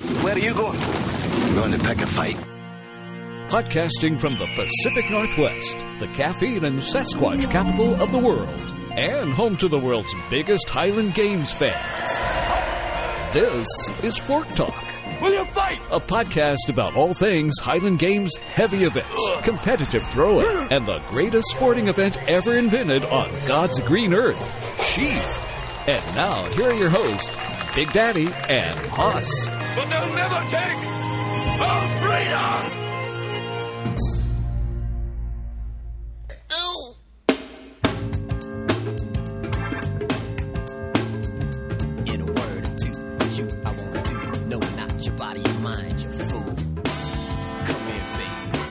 Where are you going? I'm going to pick a fight. Podcasting from the Pacific Northwest, the caffeine and Sasquatch capital of the world, and home to the world's biggest Highland Games fans. This is Fork Talk. Will you fight? A podcast about all things Highland Games heavy events, competitive throwing, and the greatest sporting event ever invented on God's green earth, Sheath. And now, here are your hosts, Big Daddy and Hoss. But they'll never take our freedom! In a word or two, it's you I wanna do. No, not your body, your mind, your fool. Come here,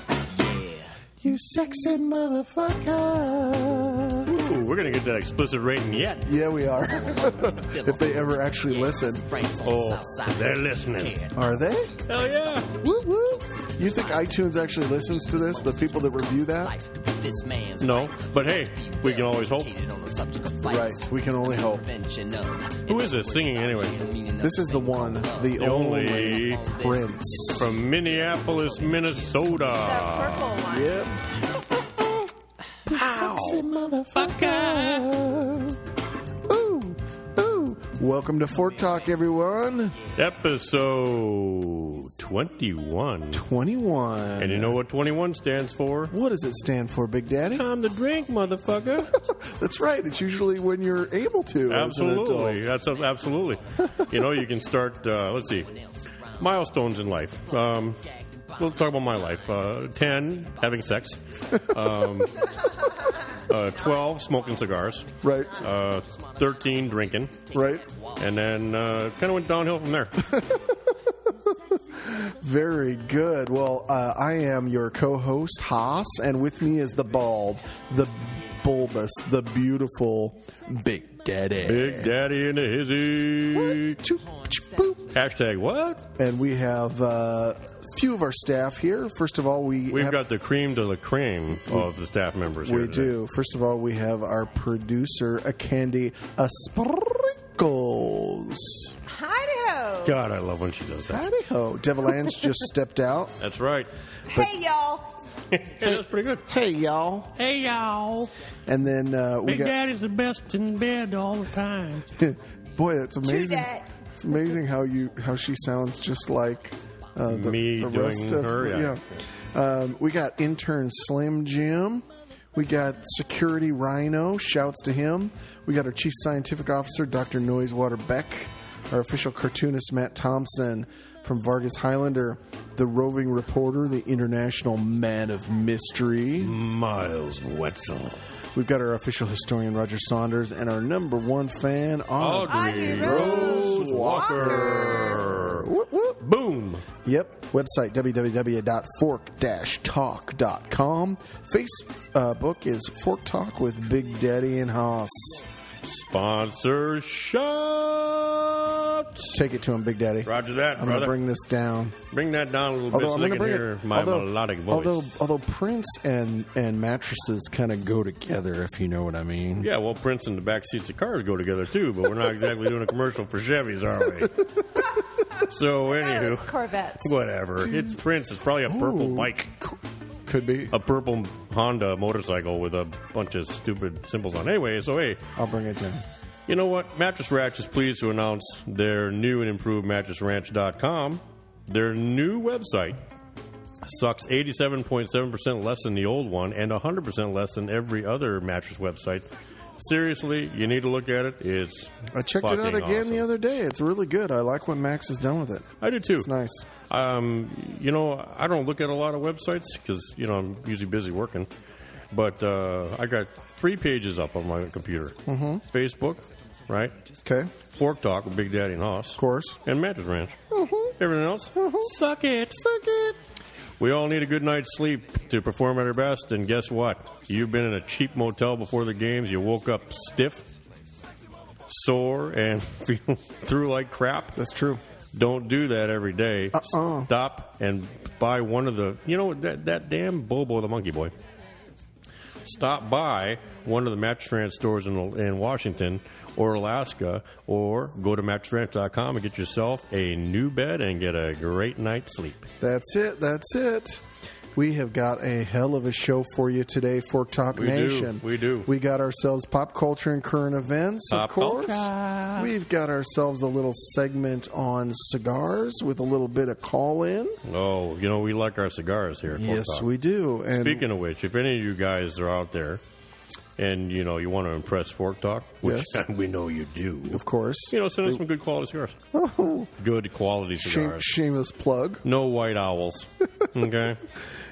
baby. You sexy motherfucker. Ooh, we're gonna get that explicit rating yet. Yeah, we are. Yeah. if they ever actually listen. Oh, they're listening. Are they? Hell yeah! Woo woo. You think iTunes actually listens to this? The people that review that? No, but hey, we can always hope. Right. We can only hope. Who is this singing anyway? This is the one, the, The only Prince. From Minneapolis, Minnesota. Yep. Sexy motherfucker. Ooh, ooh. Welcome to Fork Talk, everyone. Episode 21. 21. And you know what 21 stands for? Uh, what does it stand for, Big Daddy? Time to drink, motherfucker. That's right. It's usually when you're able to. as an absolutely. adult. That's absolutely. You know, you can start, uh, let's see, milestones in life. Um, we'll talk about my life. Uh, 10, having sex. Um, uh, 12, smoking cigars. Right. uh, 13 drinking, Right. and then uh, kind of went downhill from there. Very good. Well, uh, I am your co-host Haas, and with me is the bald, the bulbous, the beautiful Big Daddy. Big Daddy and the Hizzy. Choop, choop, boop. Hashtag what? And we have uh, a few of our staff here. First of all, we We've have- got the cream to the cream of the staff members. here we today. do. First of all, we have our producer, a Candy a Sprinkles. Idaho. God, I love when she does that. Idaho. Devil Ange just stepped out. That's right. Hey, y'all. Hey, that's pretty good. Hey y'all. Hey y'all, And then uh, we Big got Daddy's the best in bed all the time. Boy, that's amazing. that. It's amazing how you how she sounds just like uh, the, Me the doing rest of her, yeah. Um, we got intern Slim Jim. We got security Rhino. Shouts to him. We got our chief scientific officer Dr. Noisewater Beck. Our official cartoonist Matt Thompson from Vargas Highlander. The roving reporter, the international man of mystery. Miles Wetzel. We've got our official historian Roger Saunders and our number one fan on Audrey Audrey Rose Rose Walker. Boom. Yep. Website www.fork-talk.com. Facebook uh, is Fork Talk with Big Daddy and Haas. Sponsor shot. Take it to him, Big Daddy. Roger that, I'm brother. to bring this down. Bring that down a little Although I'm bit going to so they can bring hear it. my although, melodic voice. although, although Prince and and mattresses kind of go together, if you know what I mean. Yeah, well, Prince and the back seats of cars go together too, but we're not exactly doing a commercial for Chevys, are we? so, That was anywho, Corvette. whatever. It's Prince. It's probably a purple Ooh. bike, Could be. a purple Honda motorcycle with a bunch of stupid symbols on. it. Anyway, so hey, I'll bring it down. you know what? Mattress Ranch is pleased to announce their new and improved mattressranch.com. Their new website sucks 87.7% less than the old one and 100% less than every other mattress website. Seriously, you need to look at it. It's I checked it out fucking again awesome. the other day. It's really good. I like what Max has done with it. I do too. It's nice. Um, you know, I don't look at a lot of websites because you know I'm usually busy working. But uh, I got three pages up on my computer: mm-hmm. Facebook, right? Okay. Fork Talk with Big Daddy and Hoss, of course. and Mattress Ranch. Everything else, Suck it, Mm-hmm. suck it. we all need a good night's sleep to perform at our best. And guess what? You've been in a cheap motel before the games. You woke up stiff, sore, and feel through like crap. That's true. Don't do that every day. Stop and buy one of the. You know that that damn Bobo the monkey boy. Stop by one of the Mattress Ranch stores in, in Washington or Alaska, or go to mattressranch.com and get yourself a new bed and get a great night's sleep. That's it. That's it. We have got a hell of a show for you today, Fork Talk We do. Nation. We do. We got ourselves pop culture and current events, Pop of course. culture. We've got ourselves a little segment on cigars with a little bit of call in. Oh, you know, we like our cigars here. at Folk Yes, Talk. we do. And Speaking of which, if any of you guys are out there and you know you want to impress Fork Talk, which Yes. we know you do, of course, Oh. you know, send us some good quality cigars. Good quality shame, cigars. shameless plug. No white owls. Okay.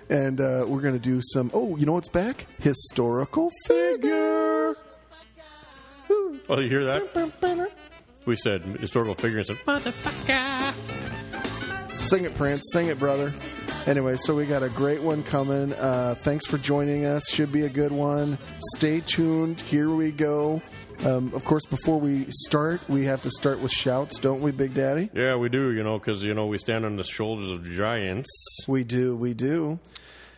And uh, we're going to do some. Oh, you know what's back? Historical figure. oh, you hear that? We said historical figure and said, Motherfucker. Sing it, Prince. Sing it, brother. Anyway, so we got a great one coming. Uh, thanks for joining us. Should be a good one. Stay tuned. Here we go. Um, of course, before we start, we have to start with shouts, don't we, Big Daddy? "Yeah, we do," you know, because you know we stand on the shoulders of giants. We do. We do.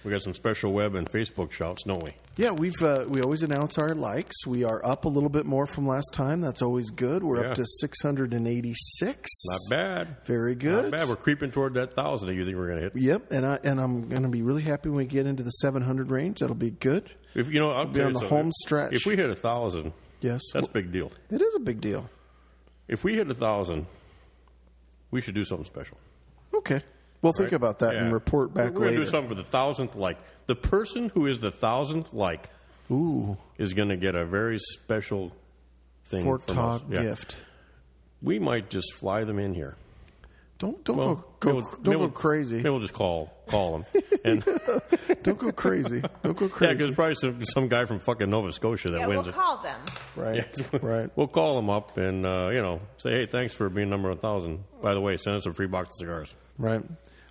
We got some special web and Facebook shouts, don't we? Yeah, we've uh, we always announce our likes. We are up a little bit more from last time. That's always good. We're Yeah. up to six hundred and eighty-six. Not bad. Very good. Not bad. We're creeping toward that thousand. that You think we're going to hit? Yep, and I and I'm going to be really happy when we get into the seven hundred range. That'll be good. If you know, I'll be tell on you the something. home stretch. If we hit a thousand, Yes, that's a big deal. it is a big deal. If we hit a thousand, we should do something special. Okay. Well, think right? about that Yeah. and report back We're gonna later. do something for the thousandth like. The person who is the thousandth like Ooh, is going to get a very special thing. fork from talk us. Yeah. gift. We might just fly them in here. Don't don't Well, go, maybe go we'll- don't maybe go we'll- crazy. Maybe we'll just call call them. And, don't go crazy. Don't go yeah, crazy. because probably some, some guy from fucking Nova Scotia that Yeah, wins we'll it. call them. right, right. We'll call them up and uh, you know say, hey, thanks for being number one thousand. By the way, send us a free box of cigars. Right.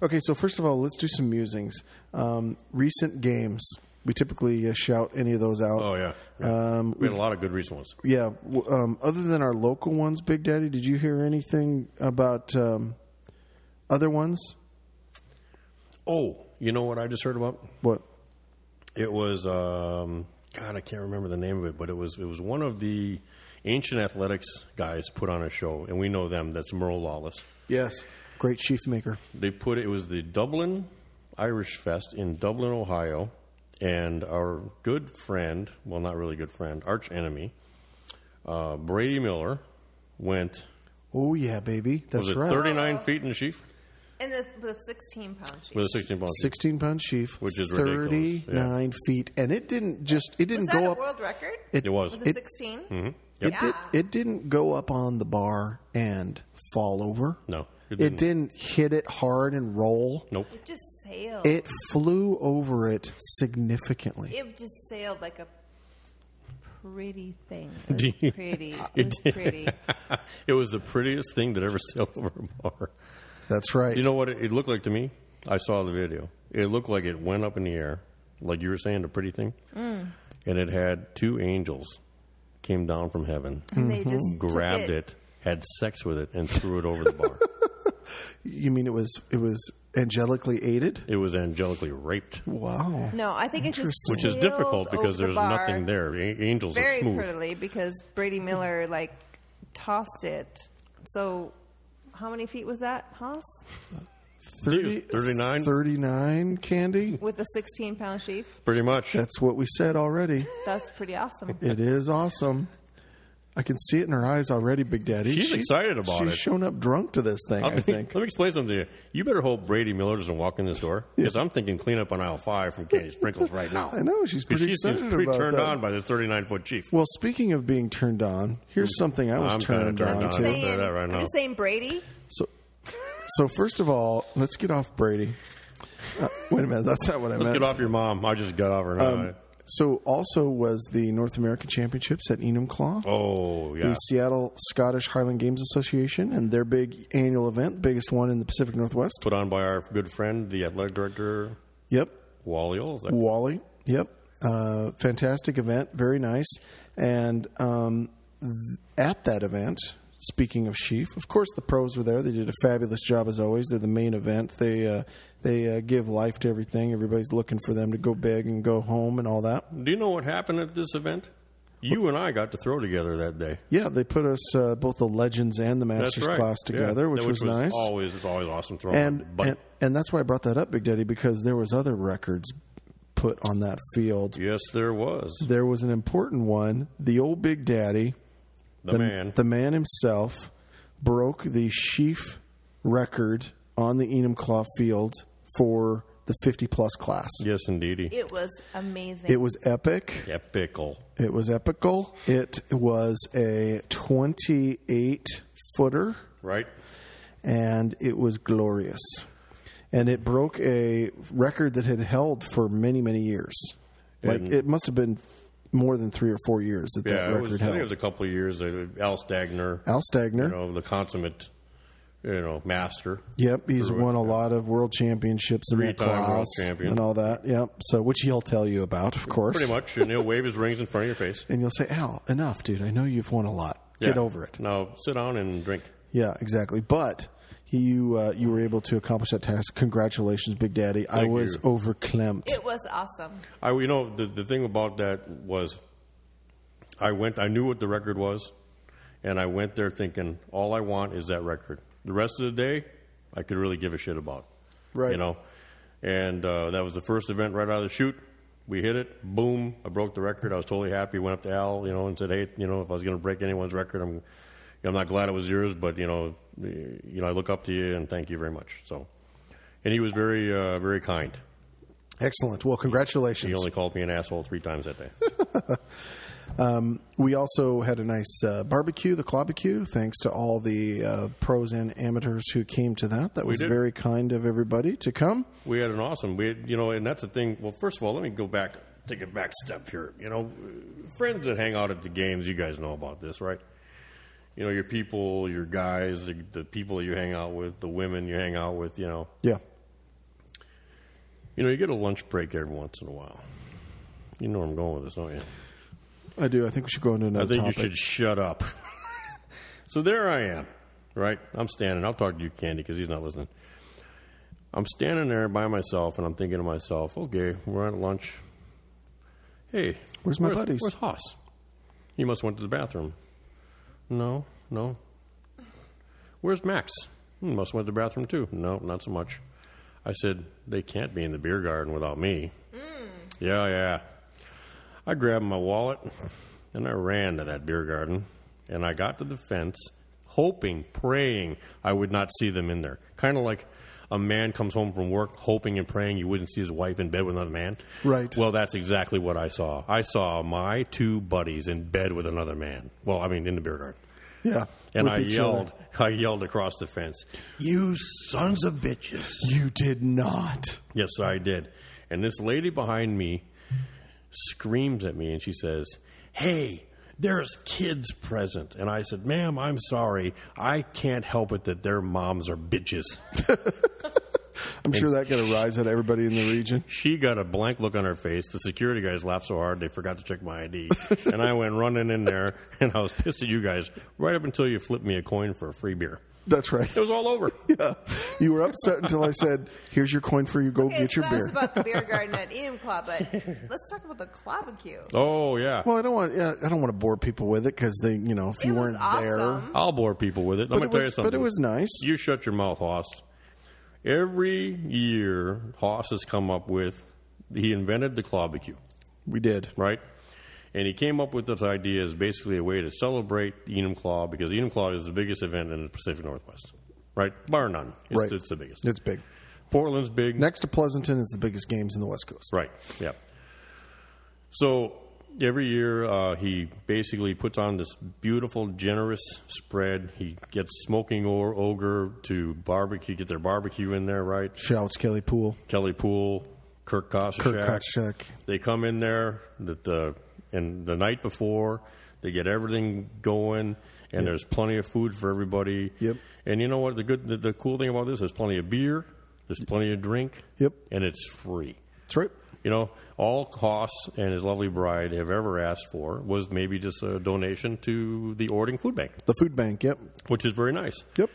Okay, so first of all, let's do some musings. Um, recent games. We typically uh, shout any of those out. Oh yeah, Yeah. Um, we had a lot of good recent ones. yeah. w- Um, other than our local ones, Big Daddy, did you hear anything about um, other ones? Oh, you know what I just heard about? What? It was um, God, I can't remember the name of it, but it was it was one of the ancient athletics guys put on a show, and we know them. That's Merle Lawless. Yes. Great sheaf maker. They put it was the Dublin Irish Fest in Dublin, Ohio, and our good friend, well, not really good friend, arch enemy, uh, Brady Miller went. Oh yeah, baby. That's Was it right. 39 feet in the sheaf And the, the 16 pound sheet. with a 16 pound sheaf? 16 pound sheaf, Which is ridiculous. thirty nine feet, and it didn't just was it didn't that go a up. world record? It- It was. Mm-hmm. Was it it- 16? It Yeah. did. It didn't go up on the bar and fall over. No, it it didn't. didn't, hit it hard and roll. Nope. It just sailed. It, It flew over it significantly. just sailed like a pretty thing. Do It you- was pretty. It It was did. pretty. It was the prettiest thing that ever sailed over a bar. That's right. You know what it, it looked like to me? I saw the video. It looked like it went up in the air, like you were saying, the pretty thing, Mm, and it had two angels came down from heaven. And they just took grabbed it. it, had sex with it, and threw it over the bar. you mean it was it was angelically aided? it was angelically raped, Wow. No, I think it just Interesting. which is sailed difficult because over the there's bar nothing there. A- angels are Very smooth. prettily because Brady Miller like tossed it. So how many feet was that, Haas? Thirty- 39? Thirty nine candy. With a 16 pound sheaf? Pretty much. That's what we said already. That's pretty awesome. It is awesome. I can see it in her eyes already, Big Daddy. She's excited about she's it. She's shown up drunk to this thing. I'll I be- think. Let me explain something to you. You better hope Brady Miller doesn't walk in this door because I'm thinking clean up on aisle five from Candy Sprinkles right now. I know, she's 'Cause pretty she seems excited pretty about turned that. on by this 39 foot chief. Well, speaking of being turned on, here's something I was Mm. I'm kinda turned, turned on, on. to. Say that right I'm now. just saying Brady. So, so first of all, let's get off Brady. Uh, wait a minute, that's not what I Let's meant. Um, get off your mom. I just got off her. Uh, now. So, also was the North American Championships at Enumclaw. oh, yeah. the Seattle Scottish Highland Games Association and their big annual event, biggest one in the Pacific Northwest. Put on by our good friend, the athletic director, Yep, Wally Oles. Wally. Yep, uh, fantastic event, very nice. And um, th- at that event, Speaking of Sheaf, of course the pros were there. They did a fabulous job as always. They're the main event. They uh, they uh, give life to everything. Everybody's looking for them to go big and go home and all that. Do you know what happened at this event? You and I got to throw together that day. Yeah, they put us uh, both the legends and the That's masters right. class Yeah. together, which, That- was, nice. Always, it's always awesome throwing. and, but and and that's why I brought that up, Big Daddy, because there was other records put on that field. yes, there was There was an important one. The old Big Daddy, the, man. the man himself, broke the sheaf record on the Enum Claw field for the 50 plus class. yes, indeedy. It was amazing. It was epic. Epical. It was epical. It was a 28 footer. Right. and it was glorious. And it broke a record that had held for many, many years. Like And- it must have been more than three or four years that that Yeah, it record was, I held. think it was a couple of years. uh, Al Stagner, Al you Stagner. know, the consummate, you know, master. yep, he's Bruin, won a yeah. lot of world championships in that Three-time class world champion. and all that. Yep. So which he'll tell you about, of course. Pretty much, and he'll wave his rings in front of your face. And you'll say, "Al, enough, dude. I know you've won a lot. Get Yeah. over it." Now sit down and drink. Yeah, exactly. But he, you uh, you were able to accomplish that task. Congratulations, Big Daddy. I Thank was you. overclamped. It was awesome. I, you know, the, the thing about that was, I went, I knew what the record was, and I went there thinking, all I want is that record. The rest of the day, I could really give a shit about. Right. You know, and uh, that was the first event right out of the chute. We hit it, boom! I broke the record. I was totally happy. Went up to Al, you know, and said, "Hey, you know, if I was going to break anyone's record, I'm, I'm not glad it was yours, but you know, eh, you know, I look up to you and thank you very much." So, and he was very, uh, very kind. Excellent. Well, He congratulations. only called me an asshole three times that day. Um, We also had a nice uh, barbecue, the Clobecue, thanks to all the uh, pros and amateurs who came to that. That was did. very kind of everybody to come. We had an awesome, we had, you know, and that's the thing. Well, first of all, let me go back, take a back step here. You know, friends that hang out at the games, you guys know about this, right? You know, your people, your guys, the, the people that you hang out with, the women you hang out with, you know. Yeah. You know, you get a lunch break every once in a while. You know where I'm going with this, don't you? I do. I think we should go into another I think topic. you should shut up. so there I am, right? I'm standing. I'll talk to you, Candy, because he's not listening. I'm standing there by myself, and I'm thinking to myself, okay, we're at lunch. Hey, Where's my buddies? Where's Haas? He must went to the bathroom. No, no. Where's Max? He must went to the bathroom too. No, not so much. I said they can't be in the beer garden without me. Yeah, yeah. I grabbed my wallet and I ran to that beer garden and I got to the fence, hoping, praying I would not see them in there. Kind of like a man comes home from work hoping and praying you wouldn't see his wife in bed with another man. Right. Well, that's exactly what I saw. I saw my two buddies in bed with another man. Well, I mean, in the beer garden. yeah. And with I each yelled, other. I yelled across the fence, You sons of bitches. You did not. Yes, I did. And this lady behind me screams at me and she says, Hey, there's kids present. And I said, Ma'am, I'm sorry. I can't help it that their moms are bitches. I'm sure that got a rise out of everybody in the region. She got a blank look on her face. The security guys laughed so hard they forgot to check my ID. and I went running in there and I was pissed at you guys right up until you flipped me a coin for a free beer. That's right. It was all over. Yeah. You were upset until I said, here's your coin for you. Go Okay, get so your that beer. was about the beer garden at Ian Claw, but let's talk about the Clavicue. Oh, yeah. well, I don't want yeah, I don't want to bore people with it because they, you know, if It you was weren't there, awesome. I'll bore people with it. But Let me it tell was- you something. but it was nice. You shut your mouth, Hoss. Every year, Hoss has come up with. He invented the clobicue, we did. right? And he came up with this idea as basically a way to celebrate the Enum Claw because the Enum Claw is the biggest event in the Pacific Northwest, right? Bar none. It's, right. it's the biggest. It's big. Portland's big. Next to Pleasanton is the biggest games in the West Coast. Right. Yeah. So every year uh, he basically puts on this beautiful, generous spread. He gets smoking or ogre to barbecue, get their barbecue in there, right? Shouts Kelly Pool. Kelly Poole, Kirk Koshchak. Kirk Kochek. They come in there that the and the night before they get everything going. And there's plenty of food for everybody. Yep. And you know what? The good, the, the cool thing about this, there's plenty of beer, there's plenty of drink. Yep. And it's free. That's right. You know, all Koss and his lovely bride have ever asked for was maybe just a donation to the Ording Food Bank, The food bank. Yep. which is very nice. Yep.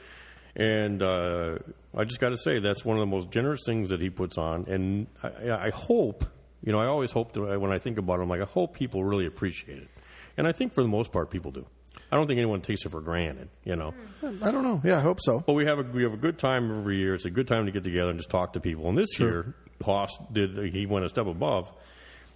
And uh, I just got to say, that's one of the most generous things that he puts on. And I, I hope, you know, I always hope that I- when I think about it, I'm like, I hope people really appreciate it. And I think for the most part, people do. I don't think anyone takes it for granted, you know. I don't know. Yeah, I hope so. But we have a we have a good time every year. It's a good time to get together and just talk to people. And this year, Haas did he went a step above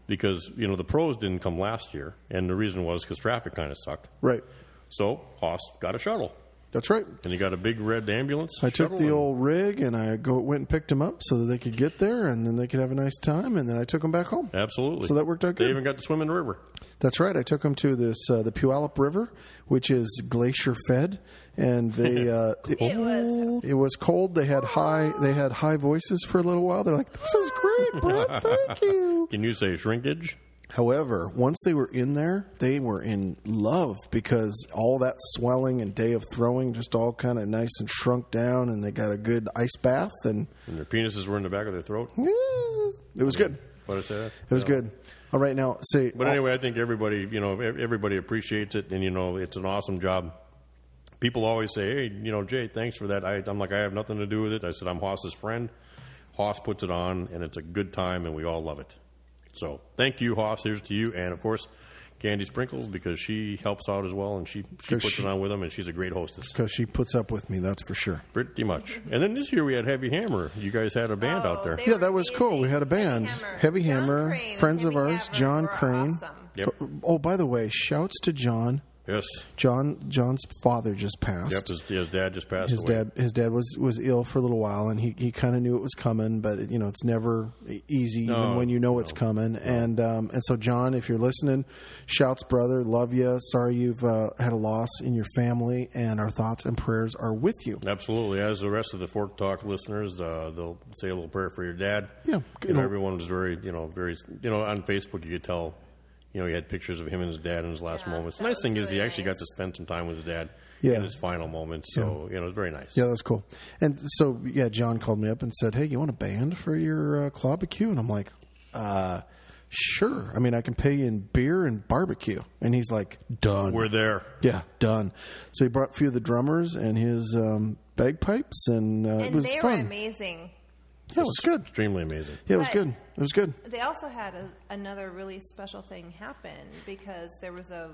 because you know the pros didn't come last year, and the reason was because traffic kind of sucked. Right. So Haas got a shuttle, That's right. and he got a big red ambulance. I took shuttle the and- old rig and I go went and picked them up so that they could get there and then they could have a nice time and then I took them back home. absolutely. So that worked out They good. even got to swim in the river. That's right. I took them to this uh, the Puyallup River, which is glacier fed, and they uh, it, was. it was cold. They had high they had high voices for a little while. They're like, "This is great, Brett. Thank you." Can you say shrinkage? However, once they were in there, they were in love because all that swelling and day of throwing just all kind of nice and shrunk down, and they got a good ice bath, and And their penises were in the back of their throat. yeah, it was good. What I say that? It was No. good. All right, now say, But anyway, I think everybody, you know, ev- everybody appreciates it, and you know, it's an awesome job. People always say, "Hey, you know, Jay, thanks for that." I, I'm like, I have nothing to do with it. I said, I'm Haas's friend. Haas puts it on, and it's a good time, and we all love it. So, thank you, Haas. Here's to you, and of course, Candy Sprinkles because she helps out as well, and she, she 'Cause puts she- it on with them, and she's a great hostess, because she puts up with me, that's for sure. pretty much. And then this year we had Heavy Hammer. You guys had a band out there. They Yeah, were that was cool. We had a band, Heavy Heavy Hammer, Hammer, John Crane, friends Heavy of ours, Hammer John were Crane. awesome. Yep. Oh, by the way, shouts to John. Yes. John John's father just passed. Yep. His, his dad just passed his away. dad his dad was was ill for a little while and he, he kind of knew it was coming but you know it's never e- easy even No, when you know it's coming and um, and so John if you're listening shouts brother love you sorry you've uh, had a loss in your family and our thoughts and prayers are with you Absolutely. As the rest of the Fork Talk listeners, uh, they'll say a little prayer for your dad. Yeah. You know, everyone was very, you know, very, you know, on Facebook you could tell, you know, he had pictures of him and his dad in his last moments. The that nice thing was is he really actually nice. got to spend some time with his dad Yeah. in his final moments. So, you know, it was very nice. yeah that's cool and so yeah John called me up and said hey you want a band for your uh, barbecue and I'm like uh sure I mean I can pay you in beer and barbecue and he's like done We're there. Yeah, done. So he brought a few of the drummers and his um, bagpipes, and, uh, it And was they fun. were amazing. Yeah, it was good. Extremely amazing. Yeah, it was But- good. It was good. They also had a, another really special thing happen because there was a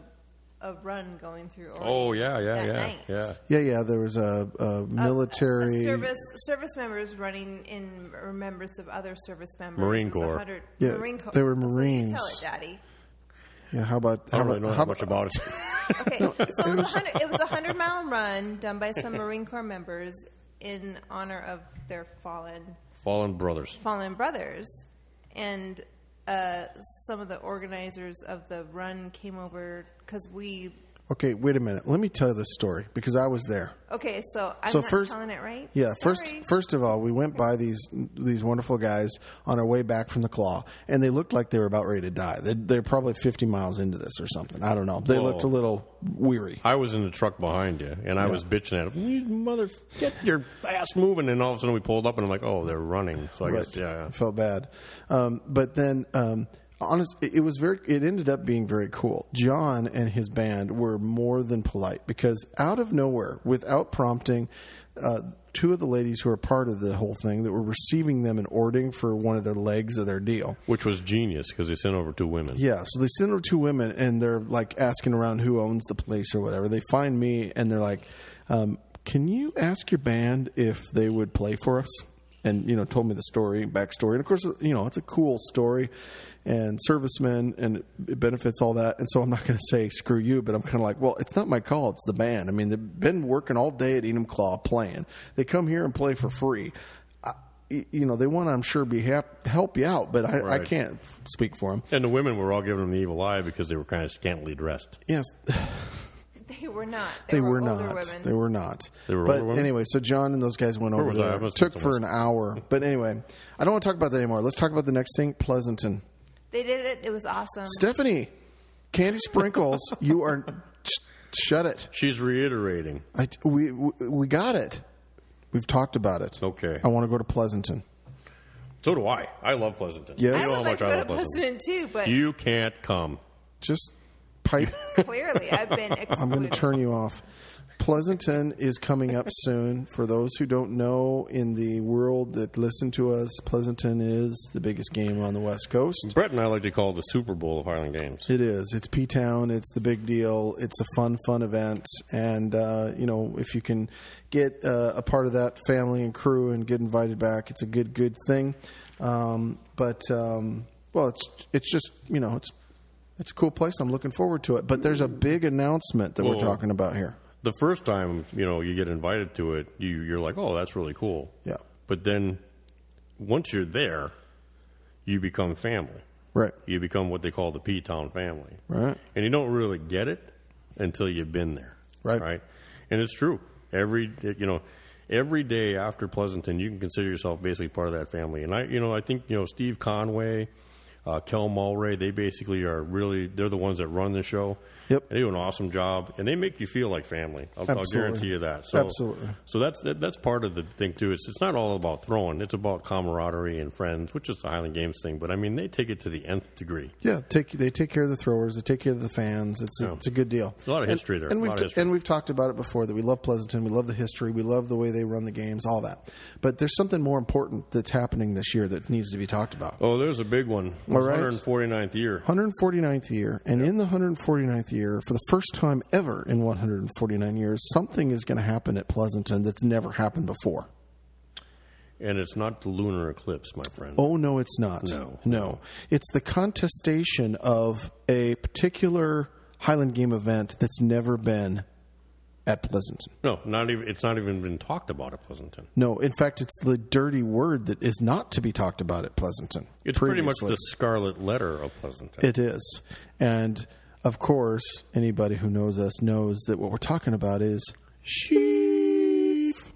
a run going through. Oregon Oh, yeah, yeah, that yeah. night. Yeah. Yeah, yeah. There was a, a military. A service service members running in remembrance of other service members. Marine It was a Corps. hundred- Yeah, Marine Corps. they were So you Marines. tell it, Daddy. yeah, how about? How I don't really about? know how how much about it. Okay, so it was, a hundred, it was a hundred mile run done by some Marine Corps members in honor of their fallen Fallen Brothers. fallen brothers, and uh, some of the organizers of the run came over because we. okay, wait a minute. Let me tell you this story because I was there. Okay, so I'm so not first, telling it right. Yeah, first, Sorry. first of all, we went by these these wonderful guys on our way back from the claw, and they looked like they were about ready to die. They, they're probably fifty miles into this or something. I don't know. They Whoa. looked a little weary. I was in the truck behind you, and I was bitching at him. You mother, get your ass moving! And all of a sudden, we pulled up, and I'm like, "Oh, they're running." So I Right. guess, yeah, I felt bad. Um, but then, um, honest, it, it was very. It ended up being very cool. John and his band were more than polite because out of nowhere, without prompting, uh, two of the ladies who are part of the whole thing that were receiving them and ordering for one of their legs of their deal. which was genius because they sent over two women. Yeah, so they send over two women and they're like asking around who owns the place or whatever. They find me and they're like, um, "Can you ask your band if they would play for us?" And you know, told me the story, backstory, and of course, you know, it's a cool story, and servicemen, and it benefits all that. And so I'm not going to say screw you, but I'm kind of like, well, it's not my call; it's the band. I mean, they've been working all day at Enum Claw playing. They come here and play for free. I, you know, they want to, I'm sure, be hap- help you out, but I, I Right. can't speak for them. And the women were all giving them the evil eye because they were kind of scantily dressed. Yes, they were not. they were older not. Women. They were not. They were but older women? anyway, so John and those guys went over was I? I there. must have Took been for an somewhere. hour. But anyway, I don't want to talk about that anymore. Let's talk about the next thing, Pleasanton. They did it. It was awesome. Stephanie, Candy Sprinkles, you are sh- shut it. She's reiterating. I, we we we got it. We've talked about it. Okay. I want to go to Pleasanton. So do I. I love Pleasanton. Yes. You I would know how like much to I go to love Pleasanton. Pleasanton too, but You can't come. Just pipe. clearly I've been. Excluded. I'm going to turn you off. Pleasanton is coming up soon. For those who don't know in the world that listen to us, Pleasanton is the biggest game on the West Coast. Brett and I like to call it the Super Bowl of Highland Games. It is. It's P Town. It's the big deal. It's a fun, fun event. And, uh, you know, if you can get uh, a part of that family and crew and get invited back, it's a good, good thing. Um, but, um, well, it's it's just, you know, it's it's a cool place. I'm looking forward to it. But there's a big announcement that we're Whoa. talking about here. The first time you know you get invited to it, you you're like, oh, that's really cool. Yeah. But then, once you're there, you become family. Right. You become what they call the P Town family. Right. And you don't really get it until you've been there. Right. Right. And it's true. Every you know, every day after Pleasanton, you can consider yourself basically part of that family. And I, you know, I think you know Steve Conway, uh, Kel Mulray, they basically are really they're the ones that run the show. Yep. And they do an awesome job, and they make you feel like family. I'll, I'll Absolutely. guarantee you that. So, Absolutely. So that's that, that's part of the thing too. It's it's not all about throwing. It's about camaraderie and friends, which is the Highland Games thing. But I mean, they take it to the nth degree. Yeah, take they take care of the throwers, they take care of the fans. It's a, Yeah. it's a good deal. A lot of And- history there. and A we've lot of t- history. and we've talked about it before that we love Pleasanton, we love the history, we love the way they run the games, all that. But there's something more important that's happening this year that needs to be talked about. Oh, there's a big one. All right. 149th year. 149th year, and in the 149th year, for the first time ever in 149 years, something is going to happen at Pleasanton that's never happened before. And it's not the lunar eclipse, my friend. Oh no, it's not. No. no, it's the contestation of a particular Highland Game event that's never been at Pleasanton. No, not even it's not even been talked about at Pleasanton. No, in fact, it's the dirty word that is not to be talked about at Pleasanton. It's pretty much previously. the scarlet letter of Pleasanton. It is, and of course, anybody who knows us knows that what we're talking about is sheaf.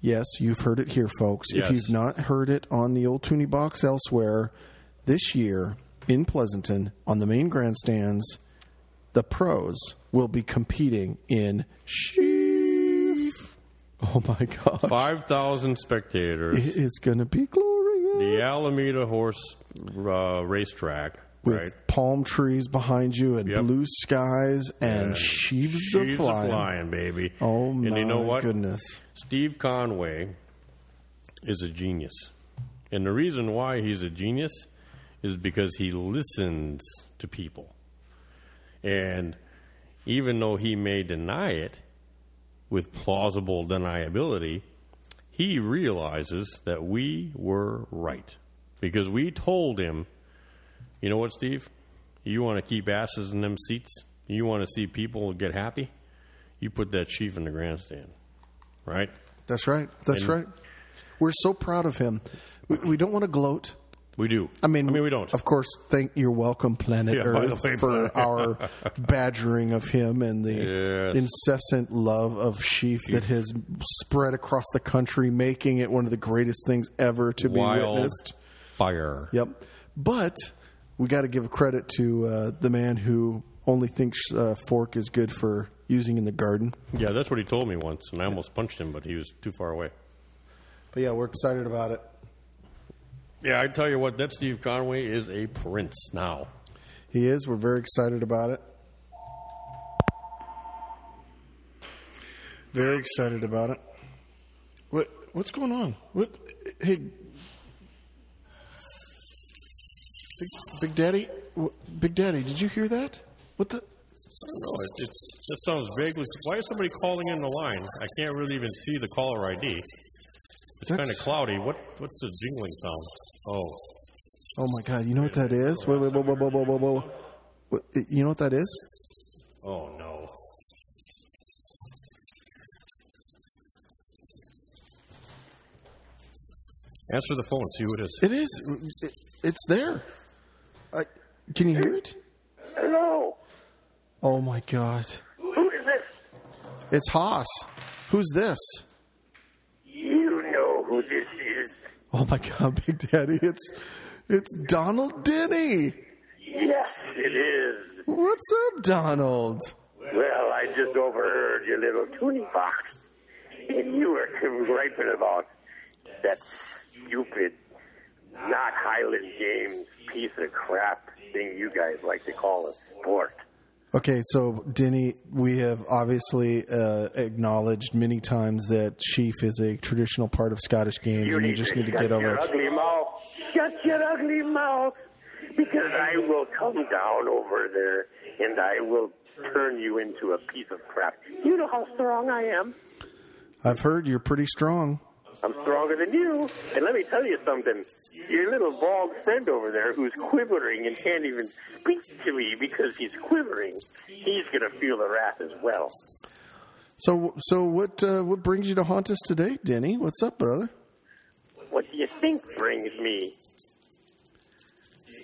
Yes, you've heard it here, folks. Yes. If you've not heard it on the old Toonie box elsewhere, this year in Pleasanton on the main grandstands, the pros will be competing in sheaf. Oh my gosh! Five thousand spectators. It is going to be glorious. The Alameda Horse uh, Racetrack. with right. palm trees behind you and Yep. blue skies and Yeah. sheaves, She's of flying. flying, baby. Oh and my you know what? goodness! Steve Conway is a genius. And the reason why he's a genius is because he listens to people. And even though he may deny it with plausible deniability, he realizes that we were right. Because we told him, you know what, Steve? You want to keep asses in them seats? You want to see people get happy? You put that chief in the grandstand, right? That's right. That's And- right. We're so proud of him. We, we don't want to gloat. We do. I mean, I mean, we don't. Of course, thank your welcome, planet Yeah, by the Earth, way, for planet- our badgering of him and the Yes. incessant love of sheaf that has spread across the country, making it one of the greatest things ever to be Wild witnessed. fire. Yep. But we got to give credit to uh, the man who only thinks uh, fork is good for using in the garden. Yeah, that's what he told me once, and I almost punched him, but he was too far away. But yeah, we're excited about it. Yeah, I tell you what, that Steve Conway is a prince now. He is. We're very excited about it. Very excited about it. What what's going on? What hey Big, Big Daddy, wh- Big Daddy, did you hear that? What the No, it, it's that sounds vaguely. Why is somebody calling in the line? I can't really even see the caller ID. It's That's- kind of cloudy. What What's the jingling sound? Oh, Oh my God! You know what that is? Wait, wait, whoa, whoa, whoa, whoa, whoa, whoa! What, you know what that is? oh no. Answer the phone. See who it is. It is. It, it's there. I, can you hear it? Hello. Oh my God! Who is this? It's Haas. Who's this? You know who this is. Oh my God, Big Daddy! It's it's Donald Denny. Yes, it is. What's up, Donald? Well, I just overheard your little tuning box, and you were griping about that stupid not Highland Games piece of crap thing you guys like to call a sport. Okay, so Denny, we have obviously uh, acknowledged many times that sheaf is a traditional part of Scottish games, and you just need to shut get over your it. ugly mouth. Shut your ugly mouth, because I will come down over there and I will turn you into a piece of crap. You know how strong I am. I've heard you're pretty strong. I'm stronger than you. And let me tell you something. Your little bald friend over there who's quivering and can't even speak to me because he's quivering, he's going to feel the wrath as well. So, so what uh, what brings you to haunt us today, Denny? What's up, brother? What do you think brings me?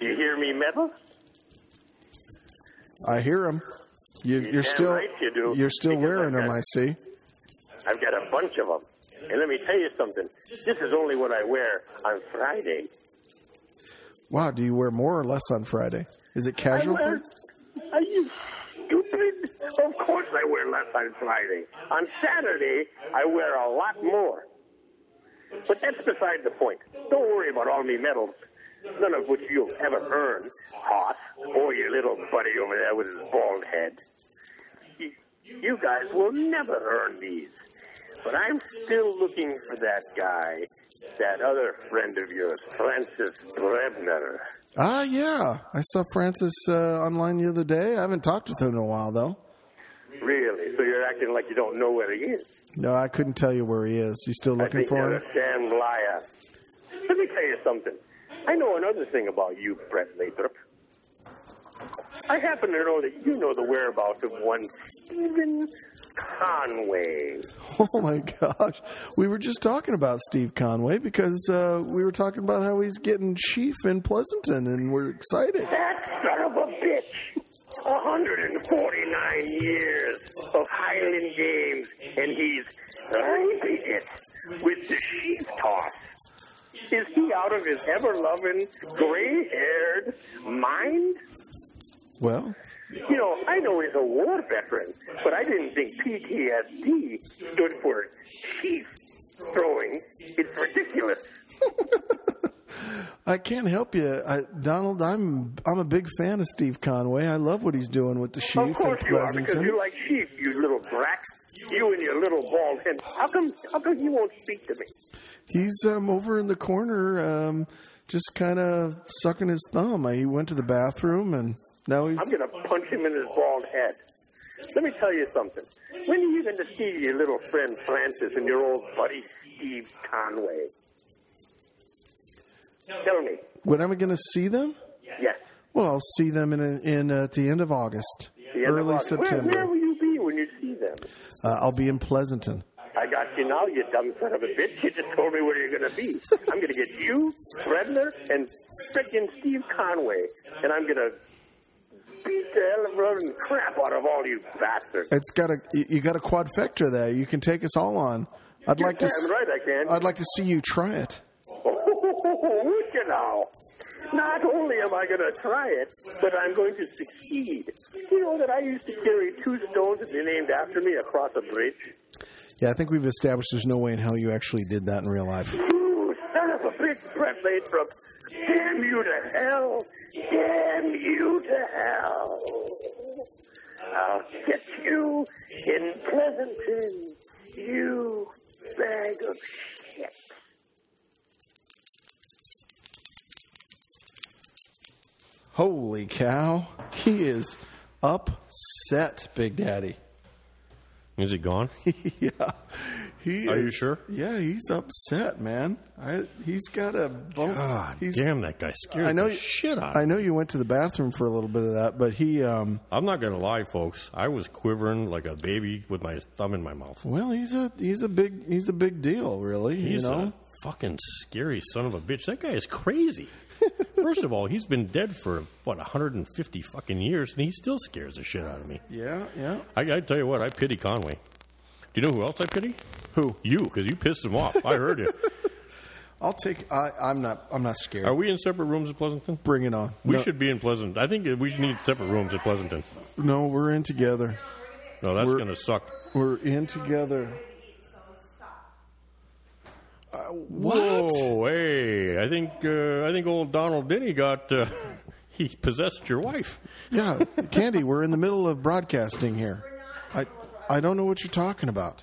You hear me, metal? I hear him. You, You you're damn still right you do, are still because wearing I've them. got- I see. I've got a bunch of them. And let me tell you something. This is only what I wear on Friday. Wow, do you wear more or less on Friday? Is it I casual? for wear, you? are you stupid? Of course I wear less on Friday. On Saturday, I wear a lot more. But that's beside the point. Don't worry about all me medals, none of which you'll ever earn, Hoss, or your little buddy over there with his bald head. You- You guys will never earn these. But I'm still looking for that guy, that other friend of yours, Francis Brebner. Ah, yeah. I saw Francis uh, online the other day. I haven't talked with him in a while though. Really? So you're acting like you don't know where he is. No, I couldn't tell you where he is. You still I looking think for you're him? a damn liar. Let me tell you something. I know another thing about you, Brett Lathrop. I happen to know that you know the whereabouts of one Stephen Conway. Oh my gosh. We were just talking about Steve Conway because uh, we were talking about how he's getting chief in Pleasanton and we're excited. That son of a bitch! 149 years of Highland Games, and he's raping it with the sheep toss. Is he out of his ever-loving, gray-haired mind? Well, You know, I know he's a war veteran, but I didn't think PTSD stood for sheep throwing. It's ridiculous. I can't help you, I, Donald. I'm I'm a big fan of Steve Conway. I love what he's doing with the sheep Of course in you are, because Pleasanton. you like sheep, you little brat. You and your little bald head. How come? How come you won't speak to me? He's um, over in the corner, um, just kind of sucking his thumb. He went to the bathroom, and now he's. I'm gonna punch him in his bald head. Let me tell you something. When are you gonna see your little friend Francis and your old buddy Steve Conway? Tell me. When am I going to see them? Yes. Well, I'll see them in in uh, at the end of August, The end of early August. September. Where, where will you be when you see them? Uh, I'll be in Pleasanton. I got you now, you dumb son of a bitch. You just told me where you're going to be. I'm going to get you, Bredner, and frickin' Steve Conway, and I'm going to beat the hell of crap out of all you bastards. It's got a you you got a quadfecta there. You can take us all on. I'd like to. Damn s- right I can. I'd like to see you try it. Oh, would you now? Not only am I going to try it, but I'm going to succeed. You know that I used to carry two stones that they named after me across a bridge? Yeah, I think we've established there's no way in hell you actually did that in real life. You son of a bitch, Brett Lathrop. Damn you to hell. Damn you to hell. I'll get you in Pleasanton, you bag of shit. Holy cow, he is upset, Big Daddy. Is it gone? yeah. He Are is- you sure? Yeah, he's upset, man. I he's got a bump. God he's, damn, that guy scares I know the shit out of I me. know you went to the bathroom for a little bit of that, but he um I'm not going to lie, folks. I was quivering like a baby with my thumb in my mouth. well, he's a he's a big he's a big deal, really, He's you know. a fucking scary son of a bitch. That guy is crazy. First of all, he's been dead for what 150 fucking years, and he still scares the shit out of me. yeah, yeah. I, I tell you what, I pity Conway. Do you know who else I pity? Who? You, because you pissed him off. I heard you. I'll take I I'm not I'm not scared. Are we in separate rooms at Pleasanton? Bring it on. We no, should be in Pleasant. I think we need separate rooms at Pleasanton. No, we're in together. No, that's We're- going to suck. We're in together. Whoa, hey! I I think uh, I think old Donald Denny got uh, he possessed your wife. Yeah, Candy, we're in the middle of broadcasting here. I I don't know what you're talking about.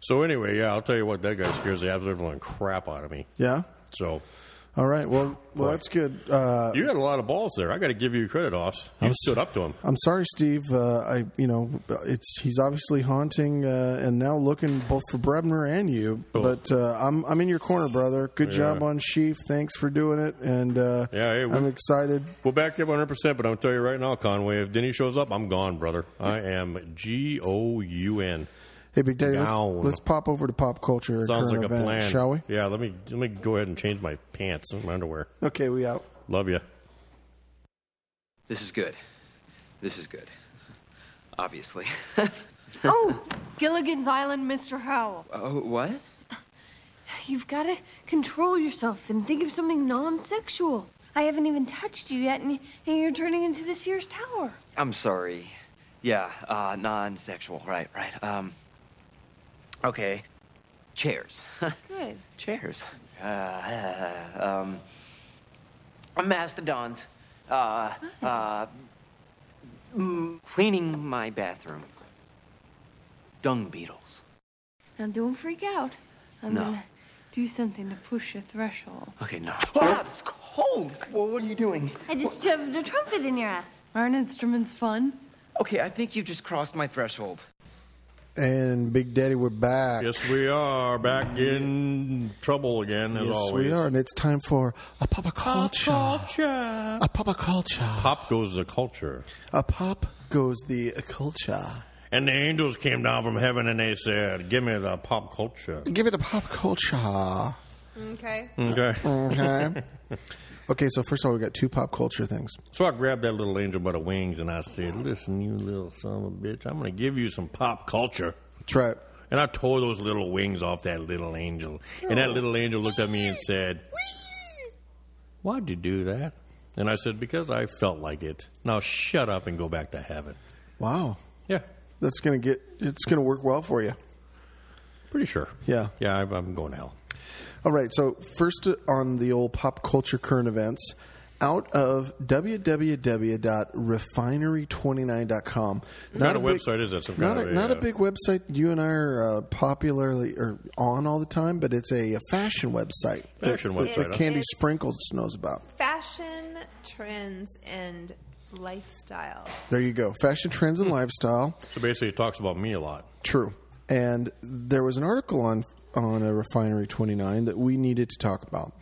So anyway, yeah, I'll tell you what, that guy scares the absolute crap out of me. Yeah. So All right. Well, well, that's good. Uh, you had a lot of balls there. I got to give you credit, off. You stood up to him. I'm sorry, Steve. Uh, I you know it's he's obviously haunting uh, and now looking both for Brebner and you. Oh. But uh, I'm I'm in your corner, brother. Good job Yeah. on Sheaf. Thanks for doing it. And uh, Yeah, hey, we- I'm excited. We'll back you up 100, percent but I'll tell you right now, Conway. If Denny shows up, I'm gone, brother. I am G O U N. Hey, Big Daddy, let's, Down. let's pop over to pop culture. Sounds current like a event, plan, shall we? Yeah, let me let me go ahead and change my pants and my underwear. Okay, we out. Love you. This is good. This is good. Obviously. Oh, Gilligan's Island, Mr. Howell. oh, what? You've got to control yourself and think of something non sexual. I haven't even touched you yet, and, and you're turning into the Sears Tower. I'm sorry. Yeah, uh, non-sexual. Right, right. Um. Okay. Chairs. Good. Chairs. Uh, uh, um. Mastodons. Uh. Uh. mm, Cleaning my bathroom. Dung beetles. Now, don't freak out. I'm No. going to do something to push your threshold. Okay, no. Ah, it's cold. Well, what are you doing? I just shoved a trumpet in your ass. Aren't instruments fun? Okay, I think you just crossed my threshold. And Big Daddy, we're back. Yes, we are back in trouble again, as Yes, always. we are, and it's time for a pop culture. A pop culture. Pop goes the culture. A pop goes the culture. And the angels came down from heaven and they said, Give me the pop culture. Give me the pop culture. Okay. Okay. Okay. okay, so first of all, we got two pop culture things. So I grabbed that little angel by the wings and I said, Listen, you little son of a bitch, I'm going to give you some pop culture. That's right. And I tore those little wings off that little angel. And that little angel looked at me and said, Why'd you do that? And I said, Because I felt like it. Now shut up and go back to heaven. Wow. Yeah. That's going to get, it's going to work well for you. Pretty sure. Yeah. Yeah, I'm- I'm going to hell. All right, so first on the old pop culture current events, out of www.refinery29.com. Not a website, is it? Some not kind a, of a, not a uh, big website you and I are uh, popularly or on all the time, but it's a, a fashion website. that- Fashion that- website, that huh? Candy It's- Sprinkles knows about. Fashion trends and lifestyle. There you go. Fashion trends Hmm. and lifestyle. So basically, it talks about me a lot. True. And there was an article on on a Refinery 29 that we needed to talk about.